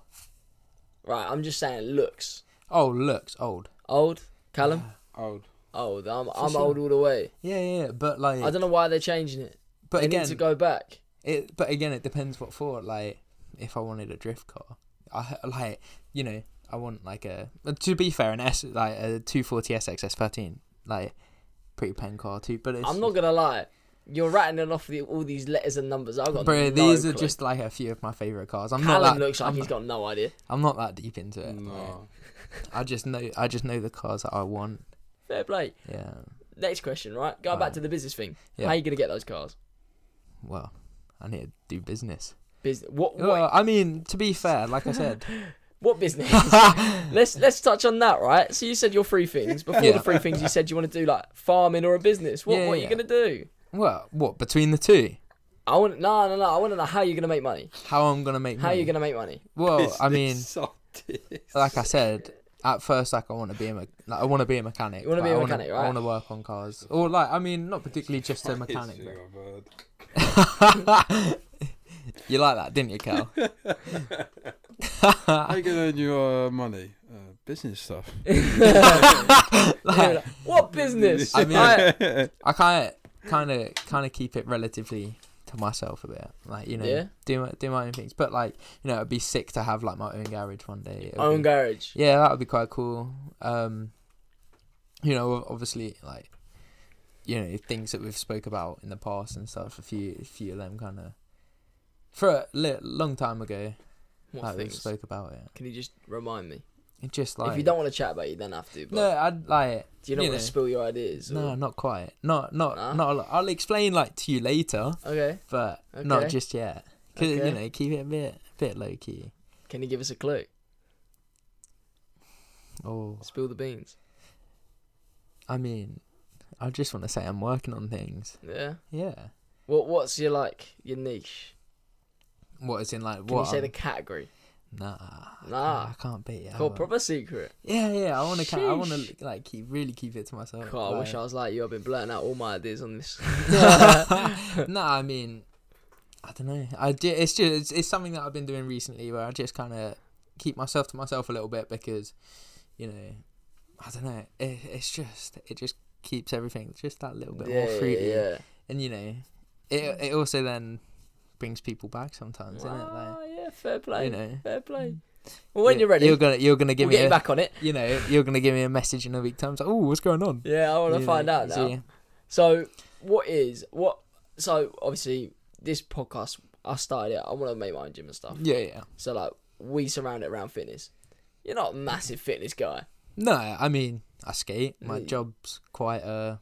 Speaker 2: Right. I'm just saying looks.
Speaker 3: Oh, looks old.
Speaker 2: Old. Callum.
Speaker 1: Old.
Speaker 2: Old. I'm I'm
Speaker 3: sure.
Speaker 2: old all the way.
Speaker 3: Yeah, yeah, yeah, but like
Speaker 2: I don't know why they're changing it.
Speaker 3: but
Speaker 2: they
Speaker 3: again
Speaker 2: need to go back.
Speaker 3: It, but again, it depends what for. Like, if I wanted a drift car, I like you know I want like a uh, to be fair an S like a two forty SXS thirteen like pretty pen car too. But it's
Speaker 2: I'm not gonna lie. You're rattling off the, all these letters and numbers. I've got
Speaker 3: Bro,
Speaker 2: no
Speaker 3: these are
Speaker 2: clue.
Speaker 3: just like a few of my favorite cars. I'm
Speaker 2: Callum
Speaker 3: not that.
Speaker 2: looks like
Speaker 3: I'm,
Speaker 2: he's got no idea.
Speaker 3: I'm not that deep into it.
Speaker 1: No.
Speaker 3: like, I just know. I just know the cars that I want.
Speaker 2: Fair play.
Speaker 3: Yeah.
Speaker 2: Next question, right? Going back
Speaker 3: Alright.
Speaker 2: to the business thing.
Speaker 3: Yeah.
Speaker 2: How are you gonna get those cars?
Speaker 3: Well, I need to do business.
Speaker 2: Business. What? What,
Speaker 3: Well, I mean, to be fair, like I said,
Speaker 2: what business? let's let's touch on that, right? So you said your three things. Before
Speaker 3: Yeah.
Speaker 2: the three things, you said you want to do like farming or a business. What
Speaker 3: Yeah,
Speaker 2: What are
Speaker 3: yeah.
Speaker 2: you gonna do?
Speaker 3: well, what between the two,
Speaker 2: I want no no no. I want to know how you're gonna make money.
Speaker 3: how I'm gonna make
Speaker 2: How
Speaker 3: money?
Speaker 2: you gonna make money?
Speaker 3: Well, Oh, I
Speaker 1: Business
Speaker 3: mean.
Speaker 1: side.
Speaker 3: like I said, at first, like I want to be a me- like, I want to be a mechanic.
Speaker 2: You wanna
Speaker 3: Like,
Speaker 2: be a
Speaker 3: I wanna-
Speaker 2: mechanic,
Speaker 3: I
Speaker 2: right?
Speaker 3: want to work on cars, or like I mean, not particularly just a mechanic.
Speaker 1: Is
Speaker 3: but-
Speaker 1: your bird.
Speaker 3: you like that, didn't you, Cal?
Speaker 1: How you gonna earn your uh, money? Uh, business stuff.
Speaker 2: They're like, what business?
Speaker 3: I mean-
Speaker 2: Right.
Speaker 3: I kind of, kind of, kind of keep it relatively to myself a bit. Like you know,
Speaker 2: Yeah.
Speaker 3: do my do my own things. But like you know, it'd be sick to have like my own garage one day. It'd
Speaker 2: own
Speaker 3: be-
Speaker 2: garage.
Speaker 3: Yeah, that would be quite cool. Um, you know, obviously, like, you know, things that we've spoke about in the past and stuff. A few, a few of them kind of for a li- long time ago,
Speaker 2: What
Speaker 3: like we
Speaker 2: things?
Speaker 3: spoke about it.
Speaker 2: Can you just remind me?
Speaker 3: It just like
Speaker 2: if you don't want to chat about it, you don't have to. But
Speaker 3: no, I'd like
Speaker 2: do you not
Speaker 3: you
Speaker 2: want
Speaker 3: know.
Speaker 2: to spill your ideas?
Speaker 3: no,
Speaker 2: or-
Speaker 3: not quite, not not
Speaker 2: Nah?
Speaker 3: not. A lot. I'll explain like to you later,
Speaker 2: Okay.
Speaker 3: but not
Speaker 2: Okay.
Speaker 3: just yet. 'Cause, you
Speaker 2: Okay.
Speaker 3: know, keep it a bit, bit low key.
Speaker 2: Can you give us a clue?
Speaker 3: Oh,
Speaker 2: Spill the beans.
Speaker 3: I mean, I just want to say I'm working on things.
Speaker 2: Yeah.
Speaker 3: Yeah.
Speaker 2: What What's your like your niche?
Speaker 3: What is in like
Speaker 2: Can
Speaker 3: what? um,
Speaker 2: you say
Speaker 3: I'm-
Speaker 2: the category?
Speaker 3: Nah,
Speaker 2: Nah.
Speaker 3: I can't beat it. I
Speaker 2: Called
Speaker 3: won't.
Speaker 2: proper secret.
Speaker 3: Yeah, yeah. I want to. I want to
Speaker 2: Sheesh.
Speaker 3: like keep really keep it to myself.
Speaker 2: God, I wish I
Speaker 3: oh, like-
Speaker 2: was like you. I've been blurting out all my ideas on this.
Speaker 3: nah, I mean, I don't know. I do, It's just it's, it's something that I've been doing recently where I just kind of keep myself to myself a little bit because, you know, I don't know. It, it's just it just keeps everything just that little bit more
Speaker 2: yeah,
Speaker 3: fruity,
Speaker 2: yeah.
Speaker 3: and you know, it it also then brings people back sometimes, isn't it?
Speaker 2: Ah,
Speaker 3: Like,
Speaker 2: yeah, fair play.
Speaker 3: you know. Mm.
Speaker 2: Fair play. Well, when you're ready,
Speaker 3: you're gonna you're gonna give
Speaker 2: we'll
Speaker 3: me
Speaker 2: get
Speaker 3: a,
Speaker 2: you back on it.
Speaker 3: you know, you're gonna give me a message in a week time. It's like, oh, what's going on?
Speaker 2: Yeah, I want to
Speaker 3: You know,
Speaker 2: find out now.
Speaker 3: so, yeah.
Speaker 2: So, what is what? So obviously, this podcast I started it. I want to make my own gym and stuff.
Speaker 3: Yeah, yeah.
Speaker 2: So like, we surround it around fitness. You're not a massive fitness guy.
Speaker 3: No, I mean, I skate. My
Speaker 2: Mm.
Speaker 3: job's quite a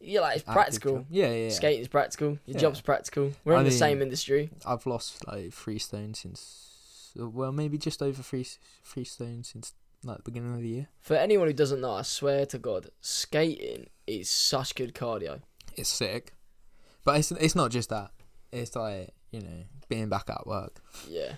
Speaker 2: You're like it's practical.
Speaker 3: Yeah, yeah. yeah.
Speaker 2: Skating's practical. Your
Speaker 3: Yeah.
Speaker 2: job's practical. We're
Speaker 3: I
Speaker 2: in the
Speaker 3: mean-
Speaker 2: same industry.
Speaker 3: I've lost like three stone since, well, maybe just over three three stone since like the beginning of the year.
Speaker 2: For anyone who doesn't know, I swear to God, skating is such good cardio.
Speaker 3: It's sick, but it's it's not just that. It's like you know, being back at work.
Speaker 2: Yeah.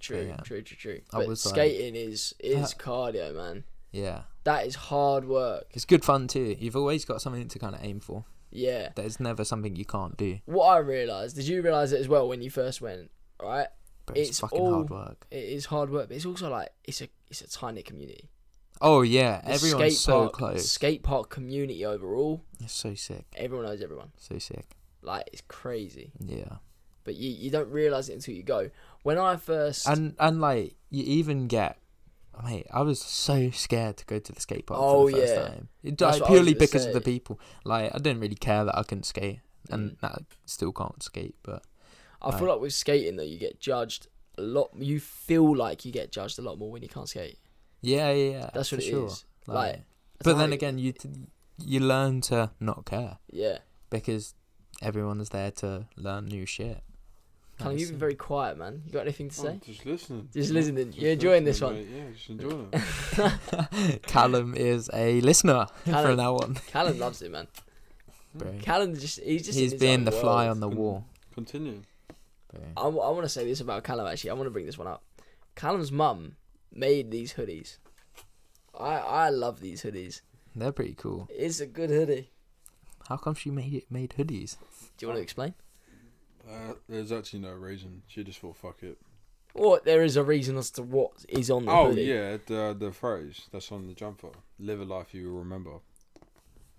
Speaker 2: True,
Speaker 3: yeah.
Speaker 2: true, true, true.
Speaker 3: I
Speaker 2: But
Speaker 3: was like-
Speaker 2: skating is is
Speaker 3: Uh,
Speaker 2: cardio, man.
Speaker 3: Yeah.
Speaker 2: That is hard work.
Speaker 3: It's good fun too. You've always got something to kind of aim for.
Speaker 2: Yeah.
Speaker 3: There's never something you can't do.
Speaker 2: What I realised, did you realise it as well when you first went, right?
Speaker 3: But it's,
Speaker 2: It's
Speaker 3: fucking
Speaker 2: all-
Speaker 3: hard work.
Speaker 2: It is hard work, but it's also like it's a it's a tiny community.
Speaker 3: Oh yeah,
Speaker 2: The
Speaker 3: everyone's so
Speaker 2: park,
Speaker 3: close.
Speaker 2: Skate park community overall,
Speaker 3: it's so sick.
Speaker 2: everyone knows everyone.
Speaker 3: So sick.
Speaker 2: Like it's crazy,
Speaker 3: Yeah.
Speaker 2: but you you don't realize it until you go. When I first
Speaker 3: And and like you even get mate, I was so scared to go to the skate park
Speaker 2: Oh,
Speaker 3: for the first
Speaker 2: yeah.
Speaker 3: time. It,
Speaker 2: That's what
Speaker 3: like,
Speaker 2: I was
Speaker 3: purely
Speaker 2: gonna
Speaker 3: because of the
Speaker 2: say.
Speaker 3: people. Like I didn't really care that I couldn't skate and
Speaker 2: Mm.
Speaker 3: that I still can't skate, but
Speaker 2: I feel
Speaker 3: Right.
Speaker 2: like with skating though, you get judged a lot. You feel like you get judged a lot more when you can't skate.
Speaker 3: yeah, yeah, yeah.
Speaker 2: That's
Speaker 3: for
Speaker 2: what it is.
Speaker 3: sure.
Speaker 2: Like, That's
Speaker 3: but then
Speaker 2: how-
Speaker 3: again you t- you learn to not care
Speaker 2: yeah.
Speaker 3: because everyone's there to learn new shit.
Speaker 2: Callum, you've been very quiet, man. You got anything to say?
Speaker 1: I'm just listening.
Speaker 2: Just listening.
Speaker 1: Just
Speaker 2: You're enjoying this
Speaker 1: listening, Oh. mate. Yeah, just enjoying it.
Speaker 3: Callum is a listener
Speaker 2: Callum.
Speaker 3: from now on.
Speaker 2: Callum loves it, man.
Speaker 3: Bro.
Speaker 2: Callum just he's just in
Speaker 3: He's
Speaker 2: his
Speaker 3: being
Speaker 2: own
Speaker 3: the fly
Speaker 2: world.
Speaker 3: on the Oh, wall.
Speaker 1: Continue.
Speaker 3: bro.
Speaker 2: I, want to say this about Callum actually. I want to bring this one up. Callum's mum made these hoodies. I I love these hoodies.
Speaker 3: They're pretty cool.
Speaker 2: It's a good hoodie.
Speaker 3: How come she made it made hoodies?
Speaker 2: Do you want to explain?
Speaker 1: Uh, there's actually no reason. She just thought, fuck it.
Speaker 2: What there is a reason as to what is on the
Speaker 1: oh,
Speaker 2: hoodie.
Speaker 1: yeah, the, the phrase that's on the jumper. Live a life you will remember.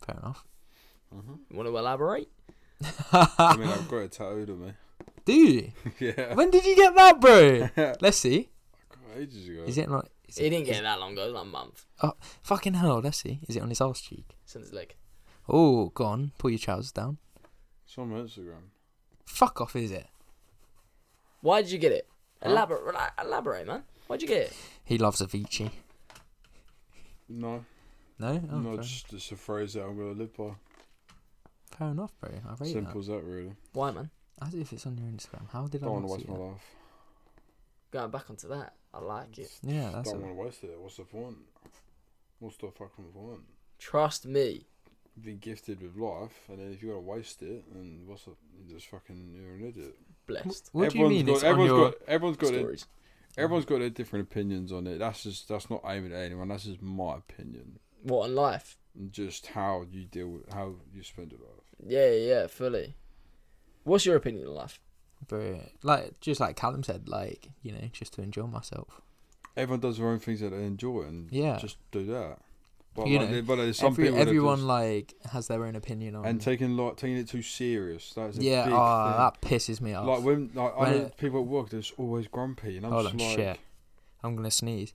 Speaker 3: Fair enough.
Speaker 1: hmm
Speaker 2: You want to elaborate?
Speaker 1: I mean, I've got it tattooed on me.
Speaker 3: Dude,
Speaker 1: yeah.
Speaker 3: when did you get that, bro?
Speaker 1: God,
Speaker 3: Let's see.
Speaker 1: Ages ago.
Speaker 3: Is it not? Is
Speaker 2: He
Speaker 3: it,
Speaker 2: didn't
Speaker 3: is-
Speaker 2: get it that long ago. It was like a month
Speaker 3: Fucking hell. Let's see. Is it on his ass cheek?
Speaker 2: since his leg.
Speaker 3: Oh, go on. Pull your trousers down.
Speaker 1: It's on my Instagram.
Speaker 3: Fuck off, is it?
Speaker 2: Why did you get it?
Speaker 1: Huh?
Speaker 2: Elaborate, elaborate, man. Why'd you get it?
Speaker 3: He loves Avicii.
Speaker 1: No,
Speaker 3: No, oh,
Speaker 1: no,
Speaker 3: fair,
Speaker 1: just, just a phrase that I'm going to live by.
Speaker 3: fair enough, bro. I rate
Speaker 1: Simple as that, really.
Speaker 2: Why, man?
Speaker 3: that. As if it's on your Instagram. How did I
Speaker 1: Don't want
Speaker 3: not
Speaker 1: to
Speaker 3: see
Speaker 1: waste my
Speaker 3: that?
Speaker 1: life.
Speaker 2: Going back onto that, I like it.
Speaker 3: Yeah, that's
Speaker 1: Don't
Speaker 3: it.
Speaker 1: want to waste it. What's the point? What's the fucking point?
Speaker 2: Trust me.
Speaker 1: Be gifted with life, and then if you're gonna waste it, then what's the? You just fucking you're an idiot.
Speaker 2: Blessed.
Speaker 3: What do you
Speaker 1: Everyone's
Speaker 3: mean?
Speaker 1: Got,
Speaker 3: it's on
Speaker 1: everyone's
Speaker 3: your...
Speaker 1: got everyone's got their-
Speaker 2: Stories.
Speaker 1: everyone's got their different opinions on it. That's just that's not aiming at anyone. That's just my opinion.
Speaker 2: What on life?
Speaker 1: And Just how you deal with how you spend your life.
Speaker 2: Yeah, yeah, yeah, fully. What's your opinion on life?
Speaker 3: Bro, like just like Callum said, like you know, just to enjoy myself.
Speaker 1: Everyone does their own things that they enjoy, and
Speaker 3: Yeah.
Speaker 1: just do that. But,
Speaker 3: You
Speaker 1: like,
Speaker 3: know,
Speaker 1: there- but there's some
Speaker 3: Every,
Speaker 1: people that
Speaker 3: everyone
Speaker 1: just-
Speaker 3: like has their own opinion on.
Speaker 1: and taking like taking it too serious. That's a
Speaker 3: Um, yeah,
Speaker 1: big
Speaker 3: oh,
Speaker 1: thing.
Speaker 3: that pisses me off.
Speaker 1: Like when like I
Speaker 3: When-
Speaker 1: know people at work that's always grumpy and I'm
Speaker 3: Hold
Speaker 1: just
Speaker 3: on,
Speaker 1: like
Speaker 3: shit. I'm gonna sneeze.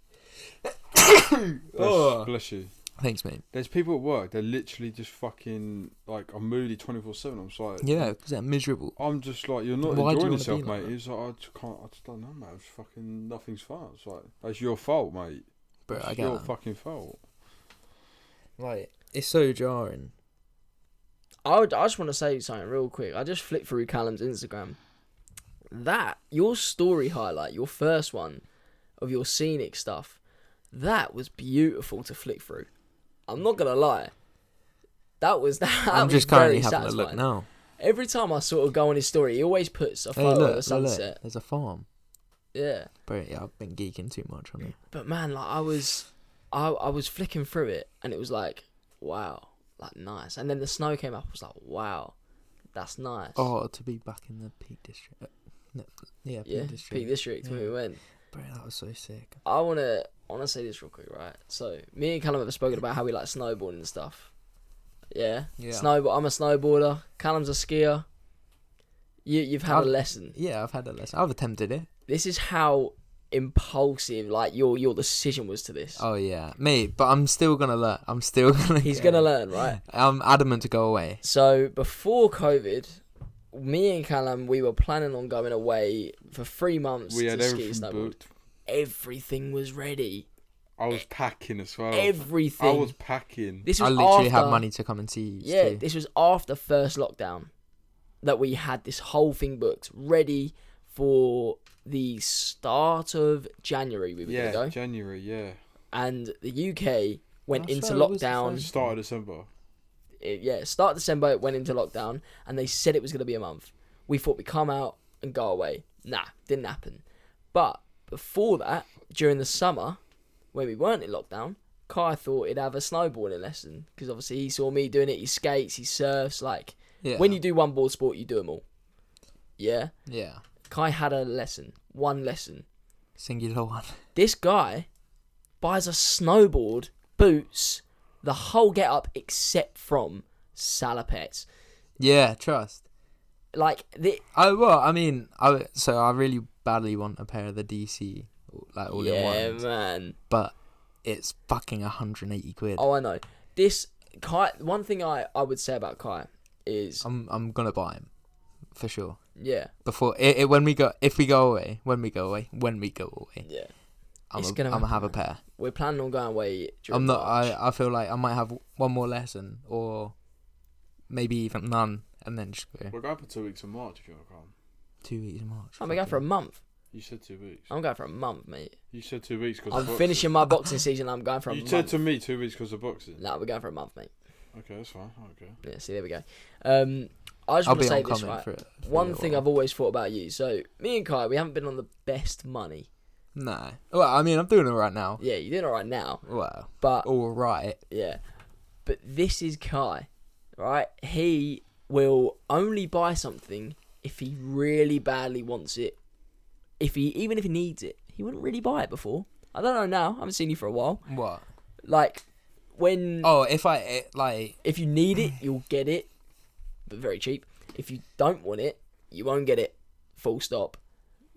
Speaker 1: Bless,
Speaker 3: Oh.
Speaker 1: bless you.
Speaker 3: Thanks, mate.
Speaker 1: There's people at work they're literally just fucking like I'm moody twenty four seven. I'm just like
Speaker 3: Yeah, because they're miserable.
Speaker 1: I'm just like you're not
Speaker 3: Why do you
Speaker 1: enjoying yourself,
Speaker 3: wanna be like
Speaker 1: mate.
Speaker 3: that?
Speaker 1: He's like I just can't I just don't know, mate. It's fucking nothing's fun. It's like that's your fault, mate.
Speaker 3: Bro, I
Speaker 1: it's
Speaker 3: get
Speaker 1: your
Speaker 3: that.
Speaker 1: fucking fault.
Speaker 3: Like it's so jarring.
Speaker 2: I, would, I just want to say something real quick. I just flipped through Callum's Instagram. That, your story highlight, your first one of your scenic stuff, that was beautiful to flick through. I'm not going to lie. That was that.
Speaker 3: I'm
Speaker 2: was
Speaker 3: just currently
Speaker 2: very
Speaker 3: having a look
Speaker 2: satisfying.
Speaker 3: now.
Speaker 2: Every time I sort of go on his story, he always puts a
Speaker 3: Hey,
Speaker 2: photo
Speaker 3: look,
Speaker 2: of a
Speaker 3: look, look,
Speaker 2: sunset.
Speaker 3: there's a farm.
Speaker 2: Yeah.
Speaker 3: Bro, yeah, I've been geeking too much on it.
Speaker 2: But man, like I was, I I was flicking through it, and it was like, wow, like nice. And then the snow came up. I was like, wow, that's nice.
Speaker 3: Oh, to be back in the Peak District. Uh, no, yeah, Peak
Speaker 2: yeah,
Speaker 3: District.
Speaker 2: Peak District when we
Speaker 3: Yeah.
Speaker 2: went.
Speaker 3: Bro, that was so sick.
Speaker 2: I wanna I wanna say this real quick, right? So me and Callum have spoken about how we like snowboarding and stuff. Yeah,
Speaker 3: Yeah.
Speaker 2: snowboard. I'm a snowboarder. Callum's a skier. You you've had
Speaker 3: I've-
Speaker 2: a lesson.
Speaker 3: Yeah, I've had a lesson. I've attempted it.
Speaker 2: This is how impulsive like your your decision was to this.
Speaker 3: Oh yeah, mate. But I'm still gonna learn. I'm still gonna.
Speaker 2: He's
Speaker 3: go.
Speaker 2: gonna learn, right?
Speaker 3: I'm adamant to go away.
Speaker 2: So before COVID, me and Callum, we were planning on going away for three months
Speaker 1: We
Speaker 2: to
Speaker 1: had
Speaker 2: ski and
Speaker 1: everything
Speaker 2: snowboard.
Speaker 1: booked.
Speaker 2: Everything was ready.
Speaker 1: I was packing as well.
Speaker 2: Everything.
Speaker 1: Oh, I was packing.
Speaker 2: This
Speaker 3: I
Speaker 2: was
Speaker 3: literally
Speaker 2: after,
Speaker 3: had money to come and see you.
Speaker 2: Yeah,
Speaker 3: too.
Speaker 2: this was after first lockdown that we had this whole thing booked, ready for the start of January. We were
Speaker 1: yeah,
Speaker 2: gonna go,
Speaker 1: January, yeah.
Speaker 2: and the UK went
Speaker 3: I
Speaker 2: into
Speaker 3: swear it was the
Speaker 2: lockdown. Uh,
Speaker 3: first-
Speaker 1: Start of December.
Speaker 2: it- yeah, start of December it went into lockdown, and they said it was going to be a month. We thought we come out, and go away. Nah, didn't happen. But before that, during the summer, when we weren't in lockdown, Kai thought he'd have a snowboarding lesson because obviously he saw me doing it. He skates, he surfs. Like
Speaker 3: Yeah.
Speaker 2: when you do one board sport, you do them all. Yeah.
Speaker 3: yeah.
Speaker 2: Kai had a lesson, one lesson.
Speaker 3: Singular one.
Speaker 2: This guy buys a snowboard, boots, the whole get up except from salopettes.
Speaker 3: Yeah, trust.
Speaker 2: Like the
Speaker 3: I well, I mean, I so I really badly want a pair of the DC like all
Speaker 2: yeah
Speaker 3: in ones,
Speaker 2: man.
Speaker 3: but it's fucking 180 quid.
Speaker 2: Oh, I know. This Kai. One thing I I would say about Kai is
Speaker 3: I'm I'm gonna buy them for sure.
Speaker 2: yeah
Speaker 3: Before it, it, when we go, if we go away, when we go away, when we go away,
Speaker 2: yeah.
Speaker 3: I'm
Speaker 2: It's
Speaker 3: a,
Speaker 2: gonna
Speaker 3: I'm gonna have a
Speaker 2: happen,
Speaker 3: pair.
Speaker 2: We're planning on going away. During
Speaker 3: I'm not.
Speaker 2: March.
Speaker 3: I I feel like I might have one more lesson or maybe even none, and then just go
Speaker 1: We're going for two weeks in March if you want to come.
Speaker 3: two weeks in March.
Speaker 2: I'm going for a month.
Speaker 1: You said two weeks.
Speaker 2: I'm going for a month, mate.
Speaker 1: You said two weeks because
Speaker 2: I'm finishing my boxing season. I'm going for a
Speaker 1: You said
Speaker 2: month.
Speaker 1: to me two weeks because of boxing.
Speaker 2: No, we're going for a month, mate.
Speaker 1: Okay, that's fine. Okay.
Speaker 2: Yeah, see, there we go. Um, I just
Speaker 3: I'll
Speaker 2: want
Speaker 3: be
Speaker 2: to
Speaker 3: on
Speaker 2: say this
Speaker 3: comment
Speaker 2: right.
Speaker 3: for it. for a
Speaker 2: One
Speaker 3: little
Speaker 2: thing
Speaker 3: while.
Speaker 2: I've always thought about you. So me and Kai, we haven't been on the best money.
Speaker 3: No. Well, I mean, I'm doing it right now.
Speaker 2: Yeah, you're doing all right now,
Speaker 3: Well,
Speaker 2: but
Speaker 3: all right.
Speaker 2: yeah. But this is Kai, right? He will only buy something if he really badly wants it. If he even if he needs it, he wouldn't really buy it before. I don't know now. I haven't seen you for a while.
Speaker 3: What?
Speaker 2: Like when
Speaker 3: Oh, if I it, like,
Speaker 2: If you need it, you'll get it, but very cheap. If you don't want it, you won't get it. Full stop.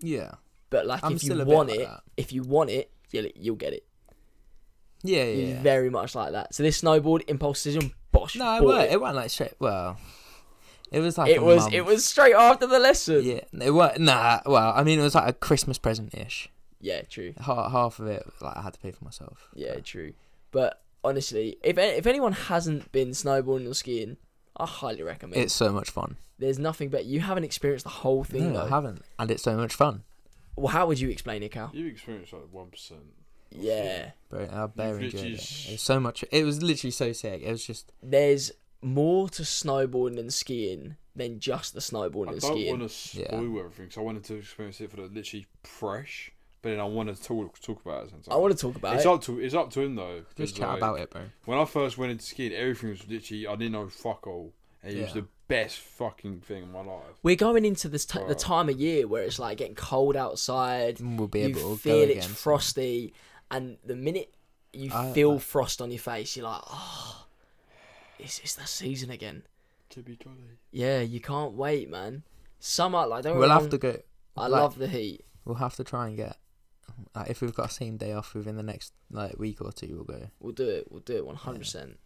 Speaker 3: yeah,
Speaker 2: But like,
Speaker 3: I'm
Speaker 2: if you
Speaker 3: still a bit
Speaker 2: want
Speaker 3: like
Speaker 2: it,
Speaker 3: that.
Speaker 2: if you want it, you'll, you'll get it.
Speaker 3: yeah, yeah.
Speaker 2: He's
Speaker 3: yeah.
Speaker 2: very much like that. So this snowboard impulse decision, bosh.
Speaker 3: No, it
Speaker 2: bought
Speaker 3: weren't.
Speaker 2: It,
Speaker 3: It weren't like straight. Well, it was like
Speaker 2: It
Speaker 3: a
Speaker 2: was
Speaker 3: month.
Speaker 2: it was straight after the lesson. Yeah,
Speaker 3: Yeah, it weren't. Nah. Well, I mean, it was like a Christmas present ish.
Speaker 2: true.
Speaker 3: Half, half of it, like I had to pay for myself.
Speaker 2: Yeah, true. But honestly, if a- if anyone hasn't been snowboarding or skiing, I highly recommend.
Speaker 3: It's so much fun.
Speaker 2: There's nothing better. You haven't experienced the whole thing
Speaker 3: No, I
Speaker 2: though.
Speaker 3: haven't, and it's so much fun.
Speaker 2: Well, how would you explain it, Cal?
Speaker 1: You experienced like one percent.
Speaker 2: Yeah.
Speaker 3: But I barely enjoyed
Speaker 1: literally
Speaker 3: it.
Speaker 1: s-
Speaker 3: It was so much. It was literally so sick. It was just.
Speaker 2: there's more to snowboarding and skiing than just the snowboarding
Speaker 1: I
Speaker 2: and
Speaker 1: don't
Speaker 2: skiing.
Speaker 1: want to spoil everything, so I wanted to experience it for the literally fresh. But then I want to talk talk about it. Sometimes.
Speaker 2: I want to talk about
Speaker 1: It's
Speaker 2: it.
Speaker 1: up to it's up to him though.
Speaker 3: Just
Speaker 1: 'cause,
Speaker 3: chat
Speaker 1: like,
Speaker 3: about it, bro.
Speaker 1: When I first went into skiing, everything was literally I didn't know fuck all, and it was
Speaker 3: Yeah.
Speaker 1: the best fucking thing in my life.
Speaker 2: We're going into this t- the
Speaker 1: Right.
Speaker 2: time of year where it's like getting cold outside.
Speaker 3: And We'll be
Speaker 2: You
Speaker 3: able to
Speaker 2: feel
Speaker 3: go
Speaker 2: it's
Speaker 3: again.
Speaker 2: frosty, and the minute you
Speaker 3: I-
Speaker 2: feel frost on your face, you're like, oh, it's it's the season again.
Speaker 1: To be jolly.
Speaker 2: Yeah, you can't wait, man. Summer, like don't. get
Speaker 3: We'll
Speaker 2: me
Speaker 3: have
Speaker 2: wrong,
Speaker 3: to go.
Speaker 2: I
Speaker 3: like-
Speaker 2: love the heat.
Speaker 3: We'll have to try and get. Like, if we've got a same day off within the next like week or two, we'll go.
Speaker 2: We'll do it. We'll do it 100%.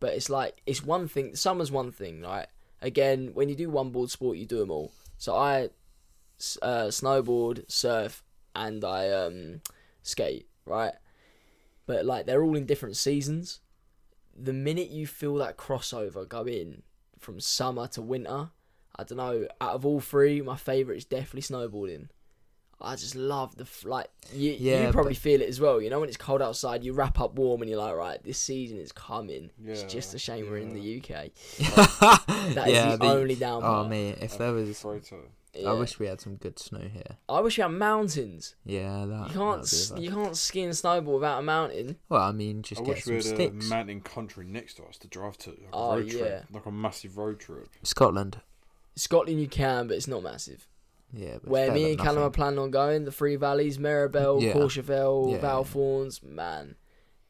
Speaker 2: But it's like, it's one thing. Summer's one thing, right? Again, when you do one board sport, you do them all. So I s- uh, snowboard, surf, and I um, skate, right? But like, they're all in different seasons. The minute you feel that crossover go in from summer to winter, I don't know, out of all three, my favourite is definitely snowboarding. I just love the f- like you,
Speaker 3: Yeah,
Speaker 2: you probably
Speaker 3: but-
Speaker 2: feel it as well. You know when it's cold outside, you wrap up warm and you're like, right, this season is coming. it's
Speaker 1: Yeah,
Speaker 2: just a shame we're in the UK. That is
Speaker 3: yeah,
Speaker 2: the
Speaker 3: the-
Speaker 2: only down.
Speaker 3: Oh
Speaker 2: part.
Speaker 3: mate, if there was,
Speaker 1: Photo.
Speaker 2: Yeah.
Speaker 3: I wish we had some good snow here.
Speaker 2: I wish we had mountains. You
Speaker 3: Yeah, that. Uh, that'd
Speaker 2: can't
Speaker 3: be
Speaker 2: s-
Speaker 3: about-
Speaker 2: you can't ski and snowboard without a mountain.
Speaker 3: Well, I mean, just
Speaker 1: I
Speaker 3: get
Speaker 1: wish we
Speaker 3: some
Speaker 1: had
Speaker 3: sticks.
Speaker 1: a mountain country next to us to drive to. Like
Speaker 2: Oh,
Speaker 1: a road
Speaker 2: yeah.
Speaker 1: trip, like a massive road trip.
Speaker 3: Scotland.
Speaker 2: Scotland you can, but it's not massive.
Speaker 3: Yeah. But it's
Speaker 2: Where
Speaker 3: better
Speaker 2: me
Speaker 3: than
Speaker 2: and Callum are
Speaker 3: nothing.
Speaker 2: planning on going, the Three Valleys, Mirabel,
Speaker 3: Yeah.
Speaker 2: Courchevel,
Speaker 3: Yeah, yeah.
Speaker 2: Valforns, man,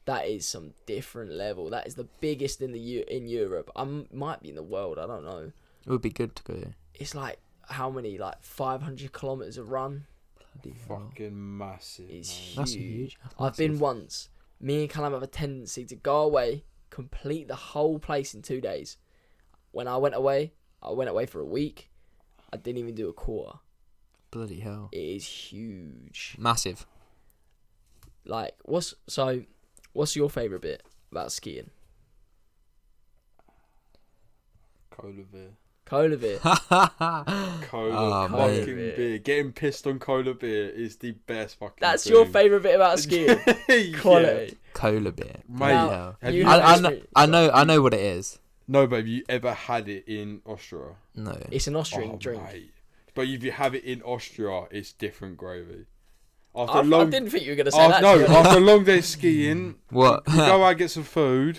Speaker 2: that is some different level. That is the biggest in the Eu- in Europe. I m- might be in the world. I don't know.
Speaker 3: It would be good to go.
Speaker 2: It's like how many like 500 kilometers of run.
Speaker 3: Bloody hell.
Speaker 1: Fucking massive.
Speaker 2: It's
Speaker 1: man.
Speaker 3: That's
Speaker 2: huge.
Speaker 3: huge.
Speaker 2: I've been once. Me and Callum have a tendency to go away, complete the whole place in two days. When I went away, I went away for a week. I didn't even do a quarter.
Speaker 3: Bloody hell.
Speaker 2: It is huge.
Speaker 3: Massive.
Speaker 2: Like, what's so? What's your favorite bit about skiing?
Speaker 1: Cola beer.
Speaker 2: Cola beer.
Speaker 1: Cola
Speaker 2: Ah,
Speaker 3: Oh,
Speaker 1: fucking
Speaker 2: mate.
Speaker 1: beer. Getting pissed on cola beer is the best fucking.
Speaker 2: That's
Speaker 1: thing.
Speaker 2: your favorite bit about skiing.
Speaker 1: Yeah.
Speaker 2: Quality.
Speaker 3: Cola beer.
Speaker 1: Mate,
Speaker 3: Bloody
Speaker 2: Now,
Speaker 3: hell.
Speaker 1: have
Speaker 2: you
Speaker 1: you-
Speaker 2: have
Speaker 3: I, I,
Speaker 2: this
Speaker 3: know,
Speaker 2: bit-
Speaker 3: I know. I know what it is.
Speaker 1: No, babe, you ever had it in Austria?
Speaker 3: No.
Speaker 2: It's an Austrian
Speaker 1: Oh,
Speaker 2: drink.
Speaker 1: mate. But if you have it in Austria, it's different gravy. After
Speaker 2: I,
Speaker 1: a long,
Speaker 2: I didn't think you were going to say
Speaker 1: after,
Speaker 2: that.
Speaker 1: Oh, no,
Speaker 2: to be honest.
Speaker 1: after a long day skiing,
Speaker 3: What?
Speaker 1: you go out get some food,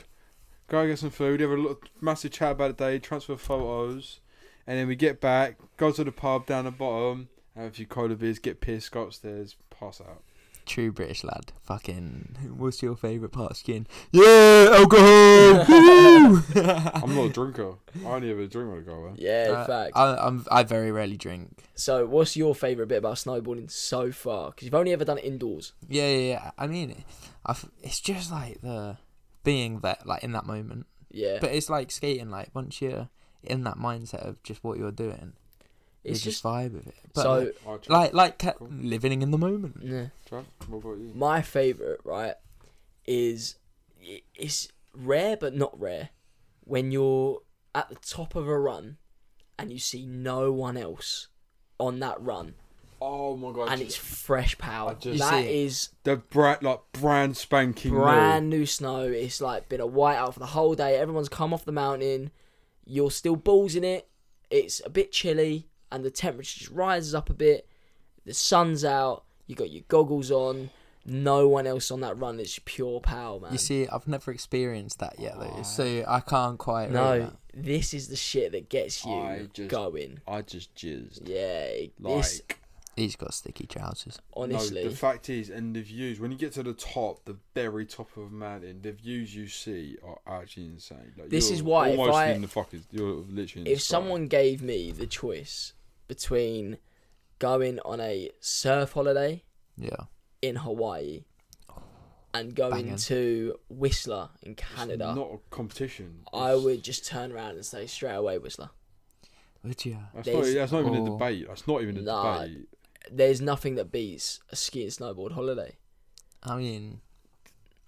Speaker 1: go out get some food, have a little, massive chat about the day, transfer photos, and then we get back, go to the pub down the bottom, have a few cola beers, get pissed, go upstairs, pass out.
Speaker 3: True British lad. Fucking. What's your favourite part of skin? Yeah, alcohol. Woo!
Speaker 1: I'm not a drinker. I only ever drink when I go out.
Speaker 2: Yeah, in
Speaker 3: Uh,
Speaker 2: fact.
Speaker 3: I, I'm. I very rarely drink.
Speaker 2: so, what's your favourite bit about snowboarding so far? Because you've only ever done it indoors.
Speaker 3: Yeah, yeah. yeah. I mean, i it's just like the being that like in that moment.
Speaker 2: Yeah.
Speaker 3: But it's like skating. Like once you're in that mindset of just what you're doing,
Speaker 2: it's
Speaker 3: you
Speaker 2: just.
Speaker 3: just vibe with it. But
Speaker 2: so,
Speaker 3: like-
Speaker 1: I try,
Speaker 3: like, like ca-
Speaker 1: Cool.
Speaker 3: living in the moment.
Speaker 2: yeah.
Speaker 1: try. What about you?
Speaker 2: my favourite, right, is. i- It's rare, but not rare. When you're at the top of a run and you see no one else on that run
Speaker 1: Oh my god!
Speaker 2: and it's fresh
Speaker 1: I
Speaker 2: power.
Speaker 1: just- You
Speaker 2: That
Speaker 3: see it.
Speaker 2: is
Speaker 1: the brand like brand spanking
Speaker 2: brand new snow. It's like been a whiteout for the whole day. Everyone's come off the mountain. You're still balls in it. It's a bit chilly, and the temperature just rises up a bit. The sun's out. You got your goggles on. No one else on that run. It's pure power, man.
Speaker 3: You see, I've never experienced that yet, though, so I can't quite. rate
Speaker 2: no,
Speaker 3: that.
Speaker 2: this is the shit that gets
Speaker 1: I
Speaker 2: you
Speaker 1: just-
Speaker 2: going.
Speaker 1: I just jizzed.
Speaker 2: Yeah,
Speaker 1: Like
Speaker 2: this
Speaker 3: he's got sticky trousers.
Speaker 2: honestly.
Speaker 1: No, the fact is, and the views when you get to the top, the very top of a mountain, the views you see are actually insane. Like,
Speaker 2: This
Speaker 1: you're
Speaker 2: is why if
Speaker 1: almost
Speaker 2: I-
Speaker 1: in the fucking, you're literally. In the
Speaker 2: if
Speaker 1: sky.
Speaker 2: someone gave me the choice between going on a surf holiday
Speaker 3: Yeah.
Speaker 2: in Hawaii and going
Speaker 3: Banging.
Speaker 2: to Whistler in
Speaker 1: It's
Speaker 2: Canada,
Speaker 1: not a competition.
Speaker 2: I
Speaker 1: It's-
Speaker 2: would just turn around and say straight away Whistler.
Speaker 3: Would you?
Speaker 1: That's not,
Speaker 2: there's-
Speaker 1: that's not even a
Speaker 3: Oh.
Speaker 1: debate. That's not even a
Speaker 2: Nah.
Speaker 1: debate.
Speaker 2: There's nothing that beats a ski and snowboard holiday.
Speaker 3: I mean,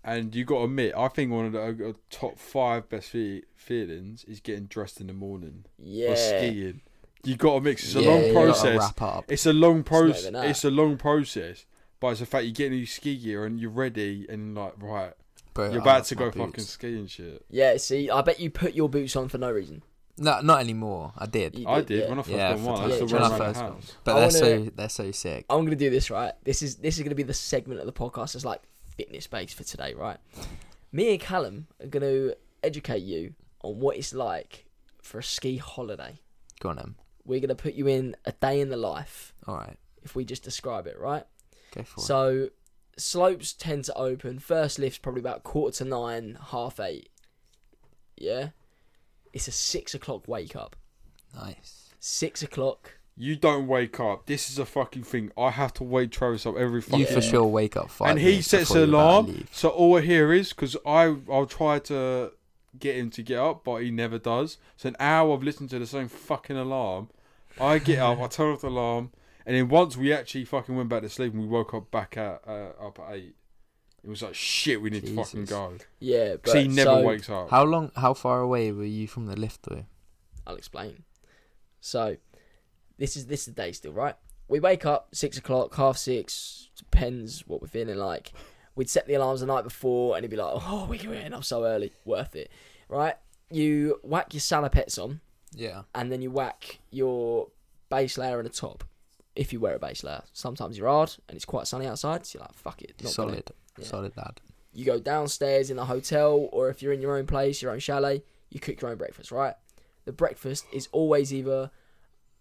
Speaker 1: And you got to admit, I think one of the uh, top five best fe- feelings is getting dressed in the morning
Speaker 2: Yeah.
Speaker 1: or skiing. You got to mix. It's a
Speaker 2: Yeah,
Speaker 1: long
Speaker 2: you gotta
Speaker 1: process.
Speaker 3: Wrap up.
Speaker 1: It's a long
Speaker 2: not
Speaker 1: process.
Speaker 2: even
Speaker 1: It's,
Speaker 2: that.
Speaker 1: a long process, but it's the fact you get in your ski gear and you're ready and like right,
Speaker 3: Bro,
Speaker 1: you're
Speaker 3: I
Speaker 1: about
Speaker 3: love
Speaker 1: to
Speaker 3: my
Speaker 1: go
Speaker 3: boots.
Speaker 1: fucking skiing shit.
Speaker 2: Yeah, see, I bet you put your boots on for no reason.
Speaker 3: No, not anymore. I did,
Speaker 2: You
Speaker 1: I did
Speaker 2: yeah.
Speaker 1: when I first
Speaker 3: Yeah,
Speaker 1: got mine. I
Speaker 2: fantastic.
Speaker 1: still
Speaker 2: When
Speaker 1: ran
Speaker 2: I
Speaker 1: around the
Speaker 3: first got
Speaker 1: house.
Speaker 3: but
Speaker 2: I
Speaker 3: they're
Speaker 2: wanna-
Speaker 3: so they're so sick.
Speaker 2: I'm gonna do this right. This is this is gonna be the segment of the podcast that's like fitness based for today, right? Me and Callum are gonna educate you on what it's like for a ski holiday.
Speaker 3: Go on, em.
Speaker 2: We're gonna put you in a day in the life
Speaker 3: All right,
Speaker 2: if we just describe it, right?
Speaker 3: go for it.
Speaker 2: So slopes tend to open. First lift's probably about quarter to nine, half eight. Yeah. It's a six o'clock wake up.
Speaker 3: Nice.
Speaker 2: Six o'clock.
Speaker 1: You don't wake up. This is a fucking thing. I have to wake Travis up every fucking.
Speaker 3: You for sure wake up five.
Speaker 1: and he
Speaker 3: minutes
Speaker 1: sets
Speaker 3: before
Speaker 1: an
Speaker 3: you're about to
Speaker 1: alarm.
Speaker 3: leave.
Speaker 1: So all I hear is because I I'll try to get him to get up, but he never does. So an hour of listening to the same fucking alarm. I get up, I turn off the alarm, and then once we actually fucking went back to sleep and we woke up back at uh, up at eight, it was like shit. We need to fucking
Speaker 3: Jesus.
Speaker 1: go.
Speaker 2: Yeah, but
Speaker 1: Because he never
Speaker 2: so,
Speaker 1: wakes up.
Speaker 3: How long? How far away were you from the lift though?
Speaker 2: I'll explain. So this is this is the day still, right? We wake up six o'clock, half six, depends what we're feeling like. We'd set the alarms the night before and he'd be like, Oh, we're getting up so early, worth it. Right? You whack your salopettes on.
Speaker 3: Yeah.
Speaker 2: and then you whack your base layer and a top. If you wear a base layer, sometimes you're hard and it's quite sunny outside, so you're like, fuck it. Not gonna-
Speaker 3: solid,
Speaker 2: Yeah.
Speaker 3: solid lad.
Speaker 2: You go downstairs in a hotel, or if you're in your own place, your own chalet, you cook your own breakfast, right? The breakfast is always either,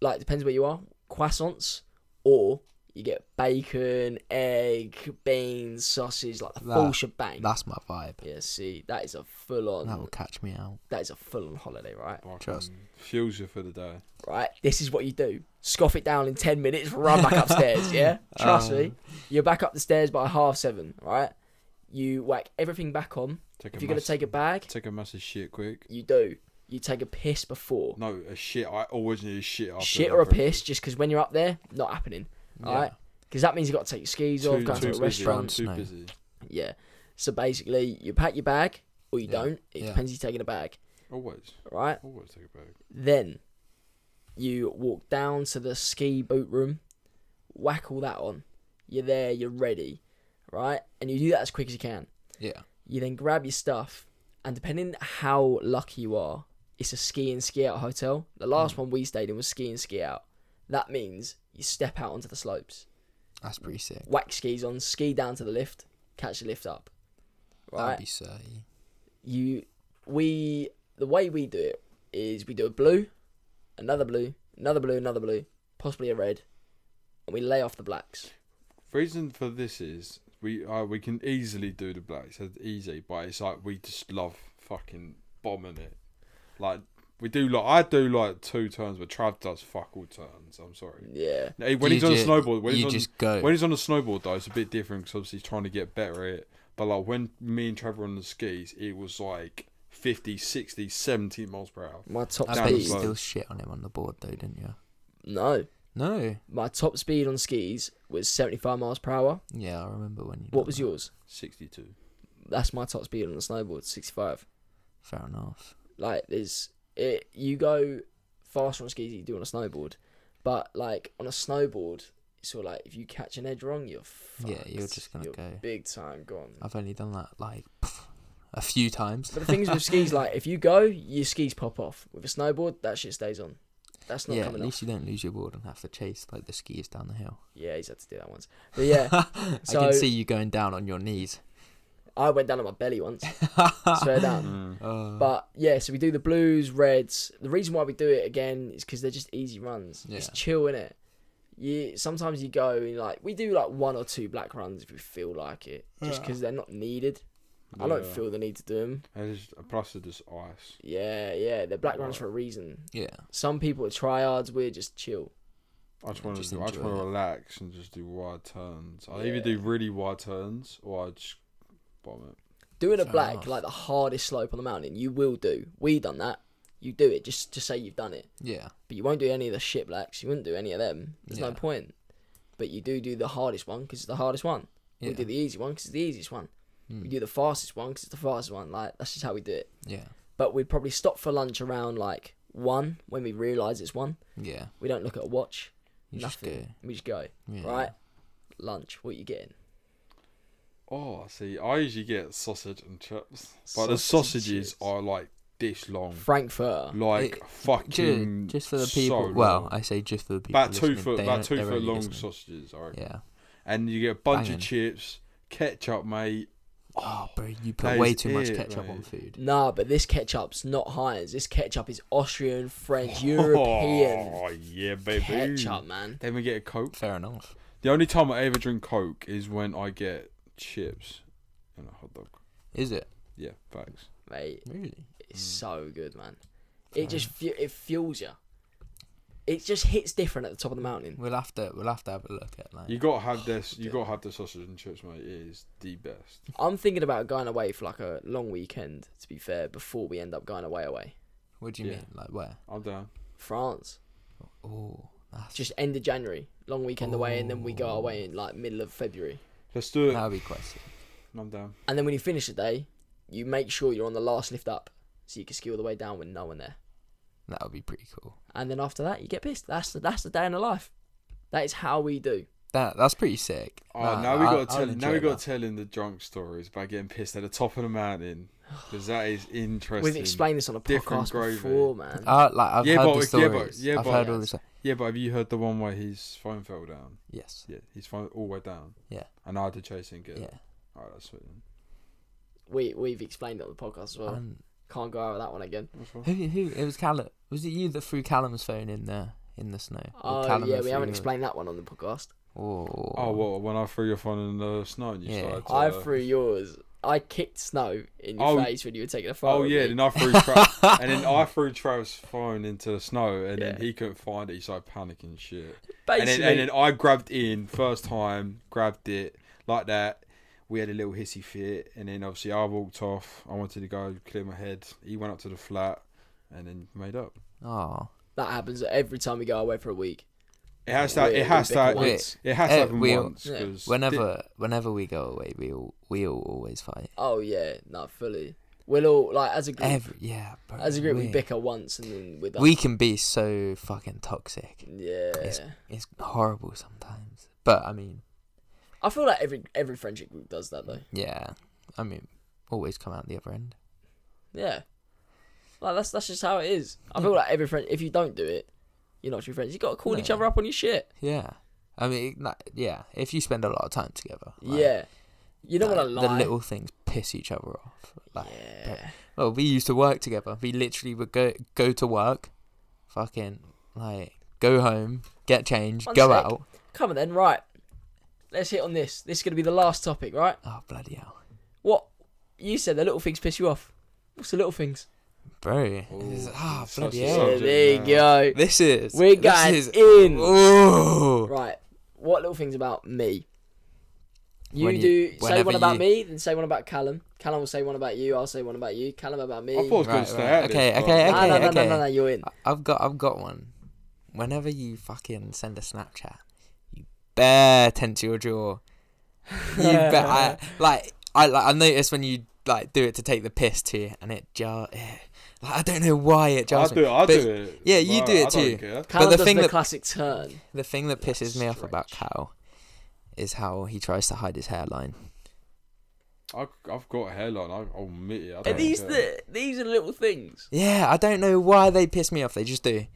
Speaker 2: like, depends where you are, croissants, or you get bacon, egg, beans, sausage, like the
Speaker 3: That-
Speaker 2: full shebang.
Speaker 3: That's my vibe.
Speaker 2: yeah, see, that is a full
Speaker 3: That will
Speaker 2: on,
Speaker 3: catch me out.
Speaker 2: that is a full on holiday, right?
Speaker 1: Fucking
Speaker 3: Trust.
Speaker 1: Fuels you for the day.
Speaker 2: right? This is what you do. Scoff it down in 10 minutes, run back upstairs, yeah?
Speaker 3: Um,
Speaker 2: Trust me. You're back up the stairs by half seven, right? You whack everything back on.
Speaker 1: Take
Speaker 2: If
Speaker 1: a
Speaker 2: you're going to
Speaker 1: mass-
Speaker 2: take a bag,
Speaker 1: take a massive shit quick.
Speaker 2: you do. You take a piss before.
Speaker 1: No, a shit. I always need a shit after.
Speaker 2: Shit
Speaker 1: the
Speaker 2: or a
Speaker 1: breakfast.
Speaker 2: piss, just because when you're up there, not happening,
Speaker 3: Yeah.
Speaker 2: right? Because that means you got to take your skis off,
Speaker 1: Too,
Speaker 2: go
Speaker 1: too
Speaker 2: to a
Speaker 1: busy.
Speaker 2: restaurant.
Speaker 1: Too
Speaker 3: No.
Speaker 1: busy.
Speaker 2: Yeah. So basically, you pack your bag or you
Speaker 3: Yeah.
Speaker 2: don't. It
Speaker 3: Yeah.
Speaker 2: depends if you're taking a bag,
Speaker 1: Always,
Speaker 2: right?
Speaker 1: always take a break.
Speaker 2: Then you walk down to the ski boot room, whack all that on. You're there, you're ready, right? And you do that as quick as you can.
Speaker 3: Yeah.
Speaker 2: You then grab your stuff, and depending how lucky you are, it's a ski and ski out hotel. The last one we stayed in was ski and ski out. That means you step out onto the slopes,
Speaker 3: That's pretty sick.
Speaker 2: wax skis on, ski down to the lift, catch the lift up. Right?
Speaker 3: That'd be silly.
Speaker 2: you we the way we do it is we do a blue, another blue, another blue, another blue, possibly a red, and we lay off the blacks.
Speaker 1: Reason for this is we uh, we can easily do the blacks, it's easy, but it's like we just love fucking bombing it. Like we do, like I do like two turns, but Trav does fuck all turns. I'm sorry.
Speaker 2: Yeah.
Speaker 1: Hey, When
Speaker 3: You
Speaker 1: he's on a
Speaker 3: ju-
Speaker 1: snowboard, when
Speaker 3: you
Speaker 1: he's on,
Speaker 3: just go.
Speaker 1: when he's on a snowboard though, it's a bit different because obviously he's trying to get better at it. But like when me and Trevor were on the skis, it was like 50, 60, 70 miles per hour.
Speaker 2: My top
Speaker 3: I
Speaker 1: down
Speaker 3: bet you
Speaker 1: the
Speaker 2: speed.
Speaker 1: slope.
Speaker 3: still shit on him on the board though, didn't you?
Speaker 2: No.
Speaker 3: No.
Speaker 2: My top speed on skis was 75 miles per hour.
Speaker 3: Yeah, I remember when you.
Speaker 2: What
Speaker 3: done
Speaker 2: was
Speaker 3: that.
Speaker 2: yours?
Speaker 1: 62.
Speaker 2: That's my top speed on a snowboard, 65.
Speaker 3: Fair enough.
Speaker 2: Like there's it you go faster on skis than you do on a snowboard. But like on a snowboard, it's sort of like if you catch an edge wrong, you're fucked.
Speaker 3: Yeah, you're just gonna
Speaker 2: You're
Speaker 3: go.
Speaker 2: big time gone.
Speaker 3: I've only done that like a few times.
Speaker 2: But the things with skis, like if you go, your skis pop off. With a snowboard, that shit stays on. That's not
Speaker 3: Yeah, at
Speaker 2: coming off.
Speaker 3: least you don't lose your board and have to chase like the skis down the hill.
Speaker 2: Yeah, he's had to do that once. But yeah,
Speaker 3: I
Speaker 2: So-
Speaker 3: can see you going down on your knees.
Speaker 2: I went down on my belly once, straight down.
Speaker 3: Uh,
Speaker 2: But yeah, so we do the blues, reds. The reason why we do it again is because they're just easy runs. It's
Speaker 3: Yeah.
Speaker 2: chill in it. You sometimes you go and like we do like one or two black runs if we feel like it, just because they're not needed. I don't
Speaker 1: Yeah.
Speaker 2: feel the need to do them.
Speaker 1: And it's, plus it's just ice.
Speaker 2: Yeah, yeah, they're black runs for a reason.
Speaker 3: yeah,
Speaker 2: Some people are tryhards. We're just chill.
Speaker 1: I just
Speaker 3: Yeah,
Speaker 1: want
Speaker 3: just
Speaker 1: to I just
Speaker 3: enjoy
Speaker 1: want to
Speaker 3: it.
Speaker 1: relax and just do wide turns. I
Speaker 2: Yeah.
Speaker 1: either do really wide turns or I just bomb it.
Speaker 2: Doing a
Speaker 3: Fair
Speaker 2: black,
Speaker 3: enough.
Speaker 2: like the hardest slope on the mountain, you will do. We done that. You do it just to say you've done it,
Speaker 3: yeah,
Speaker 2: but you won't do any of the shit blacks. You wouldn't do any of them. There's no
Speaker 3: Yeah.
Speaker 2: point. But you do do the hardest one because it's the hardest one.
Speaker 3: yeah, Hmm.
Speaker 2: We do the easy one because it's the easiest one. We do the fastest one because it's the fastest one. Like that's just how we do it.
Speaker 3: yeah,
Speaker 2: But we'd probably stop for lunch around like one when we realise it's one.
Speaker 3: yeah.
Speaker 2: We don't look at a watch.
Speaker 3: You just
Speaker 2: nothing. We just go
Speaker 3: Yeah.
Speaker 2: right. Lunch. What you getting?
Speaker 1: Oh, I see. I usually get sausage and chips, but the
Speaker 2: Sausage and
Speaker 1: sausages
Speaker 2: chips.
Speaker 1: are like this
Speaker 3: Um,
Speaker 1: long,
Speaker 2: Frankfurter.
Speaker 1: like
Speaker 3: It-
Speaker 1: fucking
Speaker 3: Ju- just for the
Speaker 1: so
Speaker 3: people. well,
Speaker 1: long.
Speaker 3: I say just for the people.
Speaker 1: about two
Speaker 3: listening,
Speaker 1: foot,
Speaker 3: they
Speaker 1: about
Speaker 3: don't-
Speaker 1: two
Speaker 3: they're
Speaker 1: foot
Speaker 3: only
Speaker 1: long
Speaker 3: listening.
Speaker 1: sausages. I reckon.
Speaker 3: Yeah.
Speaker 1: and you get a bunch
Speaker 3: Banging.
Speaker 1: of chips, ketchup, mate.
Speaker 3: Oh, bro, you
Speaker 1: that
Speaker 3: put way
Speaker 1: is
Speaker 3: too much
Speaker 1: it,
Speaker 3: ketchup on
Speaker 1: mate.
Speaker 3: food.
Speaker 2: Nah, but this ketchup's not Heinz. This ketchup is Austrian, French, European
Speaker 1: Oh yeah, baby.
Speaker 2: ketchup, man.
Speaker 1: Then we get a coke.
Speaker 3: Fair enough.
Speaker 1: The only time I ever drink coke is when I get chips and a hot dog.
Speaker 3: Is it
Speaker 1: Yeah, facts.
Speaker 2: Mate,
Speaker 3: really?
Speaker 2: it's
Speaker 3: Hmm.
Speaker 2: so good, man. It just fu- it fuels you. It just hits different at the top of the mountain.
Speaker 3: We'll have to. We'll have to have a look at like.
Speaker 1: You gotta have
Speaker 3: oh,
Speaker 1: this. You gotta have the sausage and chips, mate. It is the best.
Speaker 2: I'm thinking about going away for like a long weekend. To be fair, before we end up going away, away
Speaker 3: What do you
Speaker 1: Yeah.
Speaker 3: mean? Like where?
Speaker 1: I'm down.
Speaker 2: France,
Speaker 3: Oh, that's
Speaker 2: just end of January, long weekend away, and then we
Speaker 1: Oh.
Speaker 2: go away in like middle of February.
Speaker 1: Let's do it.
Speaker 3: that'd be quite sick.
Speaker 1: I'm down.
Speaker 2: And then when you finish the day, you make sure you're on the last lift up, so you can ski all the way down with no one there.
Speaker 3: That would be pretty cool.
Speaker 2: and then after that you get pissed. That's the that's the day in the life. That is how we do.
Speaker 3: That that's pretty sick.
Speaker 1: Oh,
Speaker 3: Nah,
Speaker 1: now we
Speaker 3: I-
Speaker 1: gotta
Speaker 3: I
Speaker 1: tell.
Speaker 3: would
Speaker 1: Now
Speaker 3: enjoy
Speaker 1: we
Speaker 3: that.
Speaker 1: gotta tell him the drunk stories about getting pissed at the top of the mountain, because that is interesting.
Speaker 2: We've explained this on a
Speaker 1: Different
Speaker 2: podcast
Speaker 1: gravy.
Speaker 2: before, man.
Speaker 3: Uh, like I've
Speaker 1: Yeah,
Speaker 3: heard
Speaker 1: but-
Speaker 3: the
Speaker 1: yeah, but-
Speaker 3: stories.
Speaker 1: yeah,
Speaker 3: I've
Speaker 1: but-
Speaker 3: heard all this.
Speaker 1: Yeah, but have you heard the one where his phone fell down?
Speaker 3: Yes.
Speaker 1: Yeah, his phone all the way down.
Speaker 3: Yeah.
Speaker 1: And I had to chase and get
Speaker 3: Yeah.
Speaker 1: it. Alright, that's sweet. Then.
Speaker 2: We we've explained it on the podcast as well.
Speaker 3: And
Speaker 2: Can't go over that one again.
Speaker 1: That's all.
Speaker 3: who who it was Callum? Was it you that threw Callum's phone in the in the snow?
Speaker 2: Oh
Speaker 3: Or Callum
Speaker 2: yeah,
Speaker 3: that
Speaker 2: we
Speaker 3: threw
Speaker 2: haven't
Speaker 3: yours?
Speaker 2: explained that one on the podcast.
Speaker 3: Oh.
Speaker 1: Oh well, when I threw your phone in the snow and you
Speaker 3: Yeah.
Speaker 1: started. To,
Speaker 2: I threw yours. I kicked snow in your
Speaker 1: Oh,
Speaker 2: face when you were taking a photo.
Speaker 1: Oh
Speaker 2: of
Speaker 1: yeah,
Speaker 2: me.
Speaker 1: then I threw Tra- and then I threw Trav's phone into the snow, and then
Speaker 2: Yeah.
Speaker 1: he couldn't find it. He started panicking, shit. And
Speaker 2: basically.
Speaker 1: then, and then I grabbed in first time, grabbed it like that. We had a little hissy fit, and then obviously I walked off. I wanted to go clear my head. He went up to the flat, and then made up.
Speaker 3: Oh.
Speaker 2: that happens every time we go away for a week.
Speaker 1: It has to.
Speaker 2: We-
Speaker 1: It has
Speaker 2: we
Speaker 1: to.
Speaker 2: pick
Speaker 1: It,
Speaker 2: once.
Speaker 1: it has
Speaker 3: Eh,
Speaker 1: to happen
Speaker 3: we-
Speaker 1: once.
Speaker 2: yeah.
Speaker 1: 'cause
Speaker 3: Whenever whenever we go away, we all we all always fight.
Speaker 2: Oh yeah, not fully. We'll all like as a group.
Speaker 3: Every yeah. Bro,
Speaker 2: as a group, we bicker once and then we're done.
Speaker 3: we can be so fucking toxic.
Speaker 2: yeah.
Speaker 3: It's horrible sometimes. But I mean,
Speaker 2: I feel like every every friendship group does that though.
Speaker 3: yeah. I mean, always come out the other end.
Speaker 2: Yeah. Like that's that's just how it is. I feel like every friend if you don't do it, You're not true friends. You got to call each
Speaker 3: No.
Speaker 2: other up on your shit.
Speaker 3: Yeah. I mean, like, yeah. If you spend a lot of time together, like,
Speaker 2: yeah. You don't want to
Speaker 3: like,
Speaker 2: lie.
Speaker 3: The little things piss each other off. Like,
Speaker 2: yeah.
Speaker 3: Well, we used to work together. We literally would go go to work, fucking like go home, get changed,
Speaker 2: One
Speaker 3: go
Speaker 2: sec.
Speaker 3: out.
Speaker 2: Come on then, right. Let's hit on this. This is going to be the last topic, right?
Speaker 3: Oh bloody hell,
Speaker 2: What you said, the little things piss you off. What's the little things?
Speaker 3: bro!
Speaker 1: Ooh,
Speaker 3: this is, ah,
Speaker 1: such
Speaker 3: bloody
Speaker 1: a
Speaker 3: hell.
Speaker 1: subject.
Speaker 2: there you go.
Speaker 3: This is
Speaker 2: We're going
Speaker 3: this is,
Speaker 2: in.
Speaker 3: Ooh.
Speaker 2: Right. What little things about me? You
Speaker 3: When you-
Speaker 2: do say
Speaker 3: whenever
Speaker 2: one about
Speaker 3: you-
Speaker 2: me, then say one about Callum. Callum will say one about you. I'll say one about you. Callum about me.
Speaker 1: I thought I was going
Speaker 3: Right,
Speaker 1: to stay
Speaker 3: right.
Speaker 1: out
Speaker 3: Okay,
Speaker 1: this, but-
Speaker 3: okay,
Speaker 2: no, no, no, no,
Speaker 3: okay.
Speaker 2: no, no, you're in.
Speaker 3: I've got I've got one. Whenever you fucking send a Snapchat, you bear tense your jaw. You bet. I, like I like I noticed when you like do it to take the piss too, and it jar. eh. Like I don't know why it
Speaker 1: I
Speaker 3: jars me.
Speaker 1: do it. I
Speaker 3: But
Speaker 1: do it.
Speaker 3: yeah, you
Speaker 1: Right,
Speaker 3: do it
Speaker 1: I don't
Speaker 3: too.
Speaker 1: care.
Speaker 2: Callum
Speaker 3: the
Speaker 2: does
Speaker 3: thing
Speaker 2: the
Speaker 3: that-
Speaker 2: classic turn.
Speaker 3: The thing that
Speaker 2: That's
Speaker 3: pisses me off about
Speaker 2: strange.
Speaker 3: Cal is how he tries to hide his hairline.
Speaker 1: I, I've got a hairline. I, I'll admit it. I
Speaker 2: Are
Speaker 1: don't
Speaker 2: these
Speaker 1: care.
Speaker 2: the these are little things.
Speaker 3: Yeah, I don't know why they piss me off. They just do.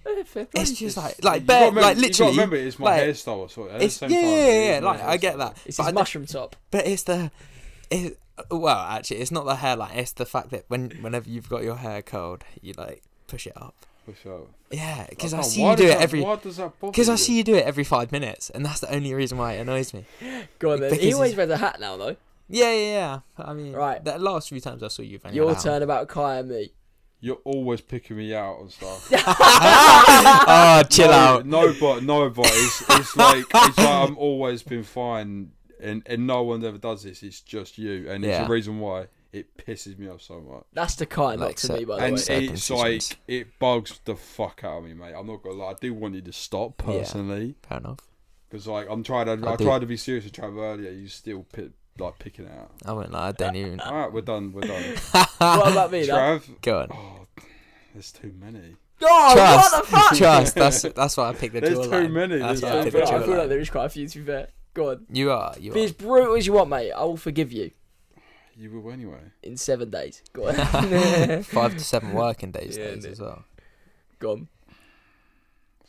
Speaker 3: It's just like, like,
Speaker 1: You
Speaker 3: bare,
Speaker 1: gotta remember-
Speaker 3: like
Speaker 1: you gotta
Speaker 3: literally.
Speaker 1: remember it's my
Speaker 3: like,
Speaker 1: hairstyle. or something. At the
Speaker 3: It's, yeah,
Speaker 1: same
Speaker 3: yeah,
Speaker 1: time,
Speaker 3: yeah,
Speaker 1: it
Speaker 3: yeah,
Speaker 1: is my
Speaker 3: Like I get
Speaker 1: hairstyle.
Speaker 3: that,
Speaker 2: It's
Speaker 3: but, I
Speaker 2: his
Speaker 3: don't-
Speaker 2: mushroom top.
Speaker 3: but it's the, it, well, actually, it's not the hairline. It's the fact that when whenever you've got your hair curled, you like push it up.
Speaker 1: For sure.
Speaker 3: Yeah, because I
Speaker 1: can't-
Speaker 3: see
Speaker 1: oh, why
Speaker 3: you do
Speaker 1: does
Speaker 3: it
Speaker 1: that-
Speaker 3: every.
Speaker 1: Why does that bother?
Speaker 3: Because I
Speaker 1: you?
Speaker 3: see you do it every five minutes, and that's the only reason why it annoys me.
Speaker 2: Go on then.
Speaker 3: Because
Speaker 2: He
Speaker 3: he's-
Speaker 2: always wears a hat now though.
Speaker 3: Yeah, yeah, yeah. I mean,
Speaker 2: Right.
Speaker 3: The last few times I saw you,
Speaker 2: Your turn about Kai and me.
Speaker 1: You're always picking me out and stuff.
Speaker 3: oh, chill
Speaker 1: no,
Speaker 3: out.
Speaker 1: No, but no, but it's, it's like it's like I'm always been fine, and and no one ever does this. It's just you, and it's
Speaker 3: Yeah.
Speaker 1: the reason why it pisses me off so much.
Speaker 2: That's the Kai, not
Speaker 3: Like
Speaker 2: to
Speaker 3: so-
Speaker 2: me, by the
Speaker 1: And
Speaker 2: way.
Speaker 3: it-
Speaker 1: it's like
Speaker 3: circumcisions.
Speaker 1: it bugs the fuck out of me, mate. I'm not gonna lie. I do want you to stop
Speaker 3: Yeah.
Speaker 1: personally,
Speaker 3: Fair enough.
Speaker 1: because like I'm trying to,
Speaker 3: I
Speaker 1: I,
Speaker 3: do.
Speaker 1: tried to be serious and try earlier. You still pi like picking it out.
Speaker 3: I won't lie. I don't even.
Speaker 1: All right, we're done. We're done.
Speaker 2: What about me? though?
Speaker 1: Trav,
Speaker 3: Go on.
Speaker 1: oh, there's too many.
Speaker 2: Oh,
Speaker 3: Trust,
Speaker 2: what the fuck?
Speaker 3: trust. That's that's why I picked the
Speaker 1: There's
Speaker 3: jawline.
Speaker 1: too many, there's
Speaker 3: That's why
Speaker 2: Yeah,
Speaker 1: too
Speaker 3: I
Speaker 2: I
Speaker 3: picked
Speaker 2: feel, like,
Speaker 3: the
Speaker 2: I feel like
Speaker 3: jawline.
Speaker 2: there is quite a few. To be fair, go on.
Speaker 3: You are. You
Speaker 2: Be
Speaker 3: are.
Speaker 2: as brutal as you want, mate. I will forgive you
Speaker 1: You will anyway.
Speaker 2: in seven days. Go on.
Speaker 3: Five to seven working days
Speaker 2: Yeah,
Speaker 3: days
Speaker 2: innit?
Speaker 3: as well.
Speaker 2: go on.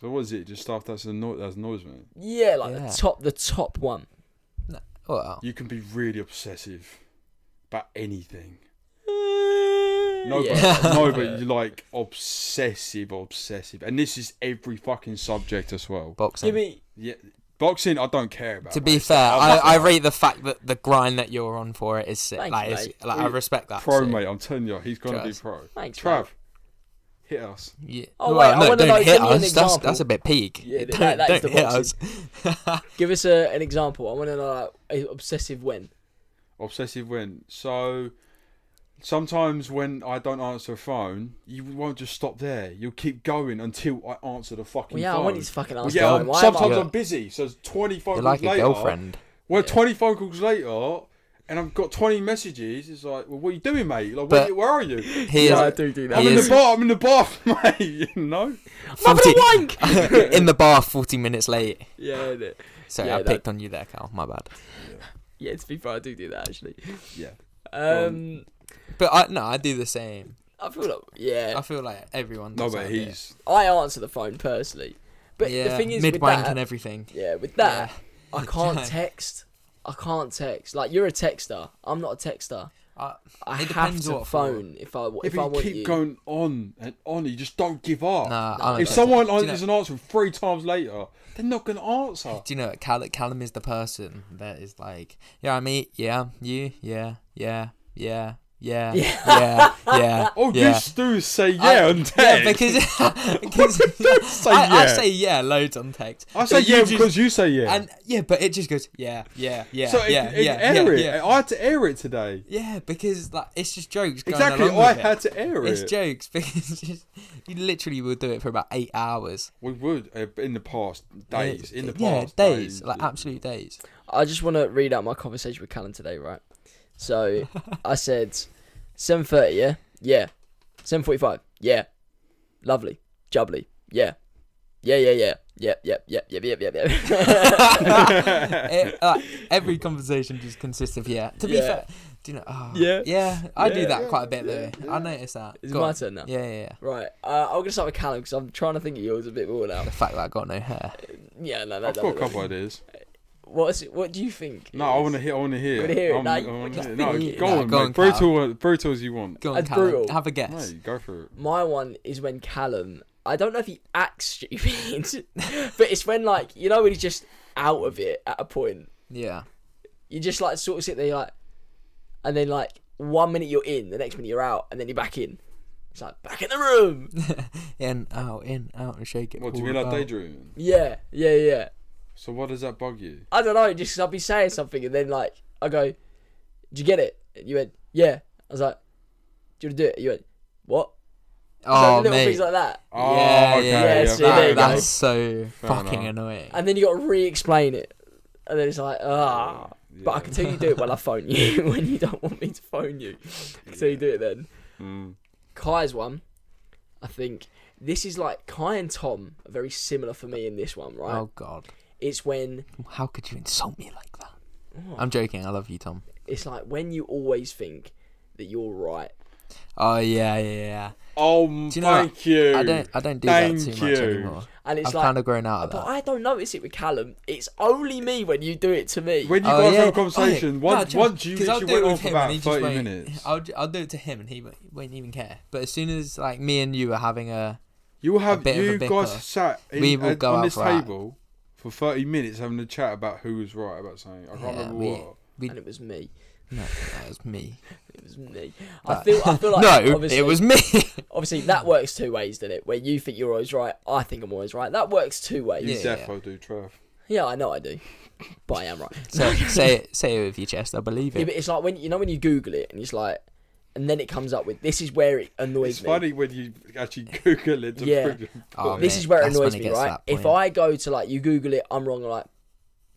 Speaker 1: So what is it? Just stuff that's anno- that's annoys me.
Speaker 2: Yeah, like
Speaker 3: Yeah.
Speaker 2: the top, the top one.
Speaker 3: Well,
Speaker 1: You can be really obsessive about anything. No,
Speaker 2: No,
Speaker 1: but, no, but you're like obsessive, obsessive, and this is every fucking subject as well.
Speaker 3: boxing.
Speaker 2: Give me.
Speaker 1: Yeah, boxing, I don't care about.
Speaker 3: to
Speaker 1: mate.
Speaker 3: be
Speaker 1: It's
Speaker 3: fair,
Speaker 1: the
Speaker 3: I,
Speaker 1: other
Speaker 3: I
Speaker 1: side.
Speaker 3: rate the fact that the grind that you're on for it is sick.
Speaker 2: Thank
Speaker 3: like,
Speaker 2: you,
Speaker 3: it's,
Speaker 2: mate.
Speaker 3: like I respect that.
Speaker 1: pro,
Speaker 3: so-
Speaker 1: mate. I'm telling you, he's gonna
Speaker 3: Trust.
Speaker 1: be pro.
Speaker 2: Thanks,
Speaker 1: Trav,
Speaker 2: mate.
Speaker 1: hit us.
Speaker 3: Yeah.
Speaker 2: Oh,
Speaker 3: well,
Speaker 2: wait, I
Speaker 3: no,
Speaker 2: wanna
Speaker 3: don't
Speaker 2: know,
Speaker 3: hit
Speaker 2: give me an
Speaker 3: us. That's,
Speaker 2: example.
Speaker 3: that's a bit peak.
Speaker 2: Yeah, that-
Speaker 3: don't
Speaker 2: that is
Speaker 3: don't
Speaker 2: the
Speaker 3: hit us.
Speaker 2: Give us a, an example. I want to know like, a obsessive when.
Speaker 1: Obsessive win. So sometimes when I don't answer a phone, you won't just stop there. You'll keep going until I answer the fucking
Speaker 2: Well, yeah,
Speaker 1: phone.
Speaker 2: I want you to fucking
Speaker 1: Well,
Speaker 2: ask.
Speaker 1: yeah,
Speaker 2: Yeah,
Speaker 1: I'm-
Speaker 2: why
Speaker 1: sometimes
Speaker 2: am
Speaker 1: I'm busy. So it's 20 phone
Speaker 3: You're
Speaker 1: calls
Speaker 3: like a
Speaker 1: later.
Speaker 3: girlfriend.
Speaker 1: Well,
Speaker 2: Yeah.
Speaker 1: 20 phone calls later, and I've got 20 messages. It's like, well, what are you doing, mate? Like,
Speaker 3: But-
Speaker 1: where, where are you?
Speaker 2: I?
Speaker 3: He
Speaker 2: Yeah, I
Speaker 3: is
Speaker 2: do do that.
Speaker 1: I'm in
Speaker 3: is-
Speaker 1: the bar. I'm in the bar, mate. You know.
Speaker 2: Having
Speaker 3: 40
Speaker 2: a wank.
Speaker 3: in the bar 40 minutes late.
Speaker 2: yeah, innit?
Speaker 3: Sorry,
Speaker 2: Yeah,
Speaker 3: I
Speaker 2: that-
Speaker 3: picked on you there, Cal. My bad.
Speaker 2: yeah. To be fair, I do do that actually.
Speaker 1: Yeah.
Speaker 2: Um,
Speaker 3: But I, no, I do the same.
Speaker 2: I feel like yeah.
Speaker 3: I feel like everyone.
Speaker 1: No,
Speaker 3: Does
Speaker 1: but
Speaker 3: that bit.
Speaker 1: he's
Speaker 2: I answer the phone personally. But the thing is, with
Speaker 3: mid-wank
Speaker 2: that,
Speaker 3: and everything.
Speaker 2: yeah, with that, I can't
Speaker 3: Yeah.
Speaker 2: text. I can't text. Like you're a texter. I'm not a texter.
Speaker 3: Uh,
Speaker 2: I
Speaker 3: It
Speaker 2: have
Speaker 3: depends
Speaker 2: to
Speaker 3: what for.
Speaker 2: phone if I
Speaker 1: if
Speaker 2: if I
Speaker 1: you
Speaker 2: want
Speaker 1: keep
Speaker 2: you.
Speaker 1: going on and on, you just don't give
Speaker 2: Oh,
Speaker 1: up.
Speaker 3: nah, I'm a
Speaker 1: If
Speaker 3: bit-
Speaker 1: someone
Speaker 3: do you, know,
Speaker 1: isn't answering three times later, they're not going to answer.
Speaker 3: do you know what? Callum, Callum is the person that is like, yeah, I meet, yeah, you, yeah, yeah, yeah, yeah,
Speaker 2: Yeah.
Speaker 3: yeah, yeah.
Speaker 1: All
Speaker 3: yeah.
Speaker 1: you just Oh, do is say
Speaker 3: I-
Speaker 1: yeah on
Speaker 3: yeah,
Speaker 1: text.
Speaker 3: because, because
Speaker 1: say
Speaker 3: I, I
Speaker 1: yeah.
Speaker 3: say yeah loads on text.
Speaker 1: I say
Speaker 3: but you
Speaker 1: yeah
Speaker 3: just-
Speaker 1: because you say yeah.
Speaker 3: and yeah, but it just goes yeah, yeah, yeah,
Speaker 1: so
Speaker 3: yeah,
Speaker 1: it, it,
Speaker 3: yeah,
Speaker 1: air
Speaker 3: yeah,
Speaker 1: it.
Speaker 3: yeah.
Speaker 1: I had to air it today.
Speaker 3: Yeah, because like it's just jokes. Going
Speaker 1: Exactly.
Speaker 3: along
Speaker 1: I
Speaker 3: with it.
Speaker 1: had to air it.
Speaker 3: It's jokes because it's just, you literally will do it for about eight hours.
Speaker 1: We would uh, in the past days. In the
Speaker 3: yeah,
Speaker 1: past
Speaker 3: days, like absolute days.
Speaker 2: I just want to read out my conversation with Callum today, right? So I said, seven thirty, yeah, yeah, seven forty-five, yeah, lovely, jubbly, yeah, yeah, yeah, yeah, yep, yep, yep, yep, yep, yep, yep.
Speaker 3: Eh, It- like, every conversation uh, just consists of yeah. To be
Speaker 2: Yeah.
Speaker 3: fair, Do you know? Oh,
Speaker 2: Yeah.
Speaker 3: Yeah, I do
Speaker 2: Yeah.
Speaker 3: that
Speaker 1: Yeah,
Speaker 3: quite a bit, though.
Speaker 1: yeah, yeah.
Speaker 3: I noticed that.
Speaker 2: It's
Speaker 3: Go
Speaker 2: my
Speaker 3: on.
Speaker 2: turn now.
Speaker 3: Yeah, yeah, yeah.
Speaker 2: Right, uh, I'm gonna start with Callum because I'm trying to think of yours a bit more now.
Speaker 3: The fact that I got no hair.
Speaker 2: Yeah, no, that
Speaker 1: I've got a
Speaker 2: doesn't
Speaker 1: couple
Speaker 2: work.
Speaker 1: ideas.
Speaker 2: What's it, what do you think?
Speaker 1: No, I want to hear. I want to hear.
Speaker 2: Wanna hear it,
Speaker 1: I'm-
Speaker 2: like,
Speaker 1: I wanna
Speaker 2: just
Speaker 1: hear it. No,
Speaker 2: think it.
Speaker 1: go
Speaker 3: Nah,
Speaker 1: on,
Speaker 3: go
Speaker 1: mate.
Speaker 3: on, Cal.
Speaker 1: brutal, brutal as you want.
Speaker 3: Go on,
Speaker 2: That's
Speaker 3: Callum.
Speaker 2: brutal.
Speaker 3: Have a
Speaker 1: No,
Speaker 3: guess.
Speaker 1: go for it.
Speaker 2: My one is when Callum. I don't know if he acts stupid, but it's when like you know when he's just out of it at a point.
Speaker 3: Yeah.
Speaker 2: You just like sort of sit there like, and then like one minute you're in, the next minute you're out, and then you're back in. It's like back in the room.
Speaker 3: In, out, in, out, and shake it.
Speaker 1: What do you
Speaker 3: pull
Speaker 1: mean
Speaker 3: it
Speaker 1: like
Speaker 3: out.
Speaker 1: daydreaming?
Speaker 2: Yeah, yeah, yeah.
Speaker 1: So why does that bug you?
Speaker 2: I don't know. Just 'cause I'll be saying something, and then like I go, "Did you get it?" And you went, "Yeah." I was like, "Do you want to do it?" You went, "What?" So
Speaker 3: Oh,
Speaker 2: little
Speaker 3: mate.
Speaker 2: things like that,
Speaker 1: Oh,
Speaker 3: yeah,
Speaker 1: okay,
Speaker 3: yeah,
Speaker 2: yeah,
Speaker 1: yeah,
Speaker 2: see,
Speaker 1: fair
Speaker 2: there you
Speaker 3: that,
Speaker 1: enough.
Speaker 3: that's so fucking
Speaker 1: enough.
Speaker 3: annoying.
Speaker 2: and then you got to re-explain it, and then it's like, ah. But I can tell you do it when I phone you when you don't want me to phone you. I can tell you do it then.
Speaker 1: Mm.
Speaker 2: Kai's one, I think. This is like Kai and Tom are very similar for me in this one, right?
Speaker 3: Oh God,
Speaker 2: It's when
Speaker 3: how could you insult me like that? I'm joking. I love you, Tom.
Speaker 2: it's like when you always think that you're right.
Speaker 3: Oh yeah, yeah, yeah.
Speaker 1: Oh,
Speaker 3: you know
Speaker 1: thank you.
Speaker 3: I don't, I don't do that
Speaker 1: Thank
Speaker 3: too much
Speaker 1: you.
Speaker 3: anymore.
Speaker 2: And it's
Speaker 3: I've
Speaker 2: like
Speaker 3: kind of grown out of
Speaker 2: But
Speaker 3: that.
Speaker 2: I don't notice it with Callum. It's only me when you do it to me.
Speaker 1: When you
Speaker 3: Oh,
Speaker 1: guys
Speaker 3: yeah.
Speaker 1: have a conversation,
Speaker 3: Oh, yeah.
Speaker 1: once,
Speaker 3: No,
Speaker 1: once you
Speaker 3: 'cause I'll
Speaker 1: literally
Speaker 3: do it
Speaker 1: went on
Speaker 3: with
Speaker 1: for
Speaker 3: him and
Speaker 1: about
Speaker 3: he just
Speaker 1: 30
Speaker 3: won't-
Speaker 1: minutes,
Speaker 3: I'll, I'll do it to him and he won't, won't even care. But as soon as like me and you are having a
Speaker 1: you will have
Speaker 3: bit of a
Speaker 1: you
Speaker 3: bicker.
Speaker 1: guys sat in,
Speaker 3: We will
Speaker 1: at-
Speaker 3: go
Speaker 1: on
Speaker 3: out
Speaker 1: this
Speaker 3: for that.
Speaker 1: table for 30 minutes having a chat about who was right about something. I can't
Speaker 3: Yeah,
Speaker 1: remember
Speaker 3: we-
Speaker 1: what.
Speaker 3: we,
Speaker 2: and it was me.
Speaker 3: no, that was me.
Speaker 2: It was me. I
Speaker 3: That-
Speaker 2: feel. I feel like
Speaker 3: no,
Speaker 2: obviously,
Speaker 3: it was me.
Speaker 2: obviously that works two ways, doesn't it? Where you think you're always right, I think I'm always right. That works two ways.
Speaker 1: You
Speaker 3: Yeah, yeah.
Speaker 1: defo do, Trev.
Speaker 2: Yeah, I know I do, but I am right.
Speaker 3: so say it, say it with your chest. I believe
Speaker 2: Yeah,
Speaker 3: it.
Speaker 2: but it's like when you know when you Google it and it's like, and then it comes up with this is where it annoys
Speaker 1: It's
Speaker 2: me.
Speaker 1: funny when you actually Google it to
Speaker 2: Yeah.
Speaker 1: prove your
Speaker 3: Oh,
Speaker 1: point.
Speaker 2: This
Speaker 3: mate,
Speaker 2: is where it
Speaker 3: that's when
Speaker 2: annoys
Speaker 3: it
Speaker 2: me,
Speaker 3: gets to
Speaker 2: right?
Speaker 3: that
Speaker 2: If
Speaker 3: point.
Speaker 2: I go to like you Google it, I'm wrong. I'm like,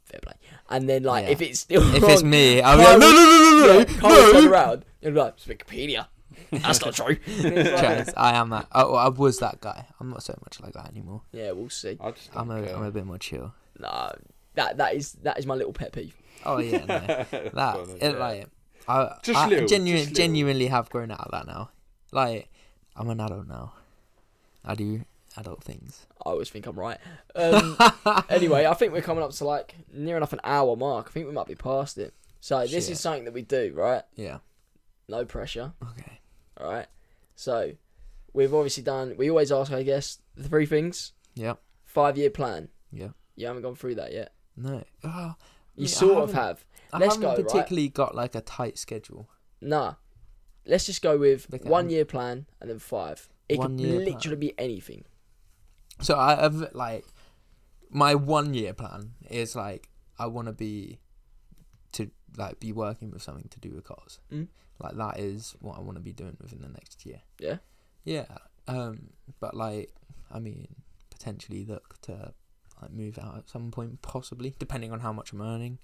Speaker 2: fair play. And then like
Speaker 3: Yeah.
Speaker 2: if it's still
Speaker 3: if
Speaker 2: wrong,
Speaker 3: it's me, I'll be
Speaker 2: Kyle
Speaker 3: like, no,
Speaker 2: would-
Speaker 3: no,
Speaker 2: yeah,
Speaker 3: no,
Speaker 2: Kyle
Speaker 3: no,
Speaker 2: would
Speaker 3: no,
Speaker 2: turn
Speaker 3: no.
Speaker 2: around and be like, it's Wikipedia. That's not true. And it's like-
Speaker 3: Chaz, I am that. Oh, I was that guy. I'm not so much like that anymore.
Speaker 2: yeah, we'll see.
Speaker 1: I just
Speaker 3: I'm
Speaker 1: don't
Speaker 3: a,
Speaker 1: care.
Speaker 3: I'm a bit more chill.
Speaker 2: Nah, that that is that is my little pet peeve.
Speaker 3: Oh yeah, no. that
Speaker 1: Well,
Speaker 3: it, like I,
Speaker 1: Just
Speaker 3: I
Speaker 1: little,
Speaker 3: genu-
Speaker 1: just little.
Speaker 3: genuinely have grown out of that now. Like I'm an adult now. I do adult things.
Speaker 2: I always think I'm right. Um, anyway, I think we're coming up to like near enough an hour mark. I think we might be past it. So this
Speaker 3: Shit.
Speaker 2: is something that we do, right?
Speaker 3: Yeah.
Speaker 2: No pressure.
Speaker 3: Okay.
Speaker 2: All right. So we've obviously done. We always ask, I guess, the three things.
Speaker 3: Yep.
Speaker 2: Five year plan.
Speaker 3: Yeah.
Speaker 2: You haven't gone through that yet.
Speaker 3: No. Oh,
Speaker 2: You
Speaker 3: Yeah, I
Speaker 2: sort of
Speaker 3: haven't.
Speaker 2: have.
Speaker 3: I
Speaker 2: Let's
Speaker 3: haven't
Speaker 2: go, right?
Speaker 3: particularly got like a tight schedule.
Speaker 2: Nah. Let's just go with
Speaker 3: Look at
Speaker 2: one
Speaker 3: him.
Speaker 2: year plan and then five. It
Speaker 3: um, One
Speaker 2: could
Speaker 3: year
Speaker 2: literally
Speaker 3: plan.
Speaker 2: be anything.
Speaker 3: So I have like my one year plan is like I want to be to like be working with something to do with cars.
Speaker 2: Mm.
Speaker 3: Like that is what I want to be doing within the next year.
Speaker 2: Yeah.
Speaker 3: Yeah. Um. But like, I mean, potentially look to like move out at some point, possibly depending on how much I'm earning.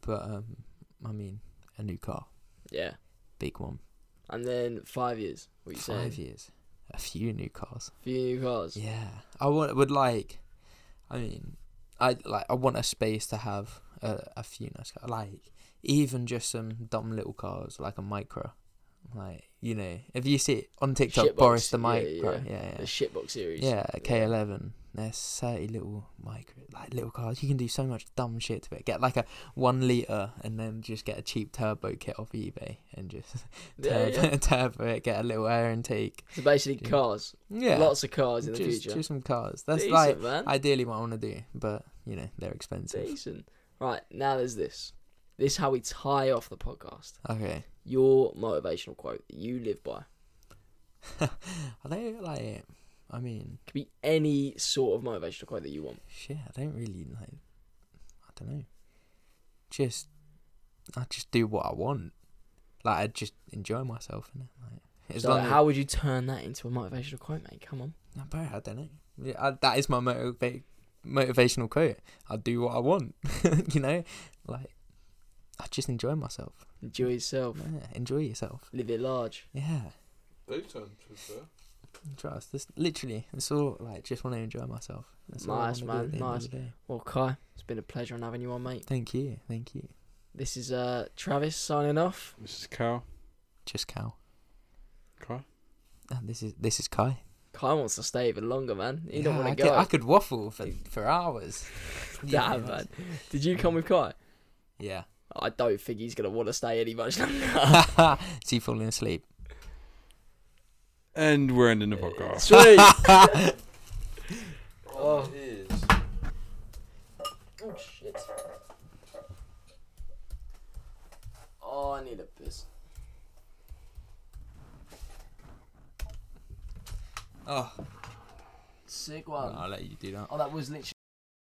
Speaker 3: But um, I mean, a new car,
Speaker 2: Yeah.
Speaker 3: big one,
Speaker 2: And then five years. What you saying?
Speaker 3: five years, a few new cars.
Speaker 2: Few new cars.
Speaker 3: Yeah, I want would like. I mean, I like I want a space to have a, a few nice cars, like even just some dumb little cars, like a micro, like you know, if you see it on TikTok,
Speaker 2: Shitbox,
Speaker 3: Boris the
Speaker 2: yeah,
Speaker 3: micro,
Speaker 2: yeah.
Speaker 3: yeah,
Speaker 2: The
Speaker 3: yeah,
Speaker 2: shitbox series.
Speaker 3: yeah, K11. There's thirty little micro, like little cars. You can do so much dumb shit to it. Get like a one liter, and then just get a cheap turbo kit off eBay, and just
Speaker 2: Yeah,
Speaker 3: turbo,
Speaker 2: yeah.
Speaker 3: turbo it. Get a little air intake.
Speaker 2: So basically,
Speaker 3: Yeah.
Speaker 2: cars.
Speaker 3: Yeah,
Speaker 2: Lots of cars in the
Speaker 3: just,
Speaker 2: future.
Speaker 3: just some cars. That's
Speaker 2: Decent,
Speaker 3: like
Speaker 2: man.
Speaker 3: ideally what I want to do, but you know they're expensive.
Speaker 2: Decent. Right now, there's this. This is how we tie off the podcast.
Speaker 3: Okay,
Speaker 2: Your motivational quote that you live by
Speaker 3: are they like? I mean,
Speaker 2: could be any sort of motivational quote that you want.
Speaker 3: shit. I don't really like. I don't know. Just, I just do what I want. Like I just enjoy myself in it. Like as
Speaker 2: so
Speaker 3: long
Speaker 2: how would you turn that into a motivational quote, mate? Come on.
Speaker 3: as, bro, I don't know. Yeah, I, that is my motiva- motivational quote. I do what I want. you know, like I just enjoy myself.
Speaker 2: Enjoy yourself.
Speaker 3: Yeah, enjoy yourself.
Speaker 2: Live it large.
Speaker 3: Yeah.
Speaker 1: They turned to fair.
Speaker 3: Trust. This literally, it's all like just want to enjoy myself. That's all I
Speaker 2: Nice,
Speaker 3: wanna do
Speaker 2: man,
Speaker 3: at the end of the day.
Speaker 2: Well, Kai, it's been a pleasure on having you on, mate.
Speaker 3: Thank you, thank you.
Speaker 2: This is uh Travis signing off.
Speaker 1: This is Carl.
Speaker 3: Just Cal.
Speaker 1: Carl.
Speaker 3: And this is this is Kai.
Speaker 2: Kyle wants to stay even longer, man. He don't
Speaker 3: Yeah,
Speaker 2: want
Speaker 3: I
Speaker 2: to
Speaker 3: could,
Speaker 2: go.
Speaker 3: I could waffle for for hours.
Speaker 2: Damn,
Speaker 3: Yeah.
Speaker 2: man. Did you come with Kai?
Speaker 3: Yeah.
Speaker 2: I don't think he's gonna want to stay any much longer.
Speaker 3: is he falling asleep?
Speaker 1: And we're ending the podcast.
Speaker 2: Sweet.
Speaker 1: Oh,
Speaker 2: oh shit. Oh, I need a piss.
Speaker 3: Oh,
Speaker 2: Sick one.
Speaker 3: I'll let you do that.
Speaker 2: Oh, that was literally.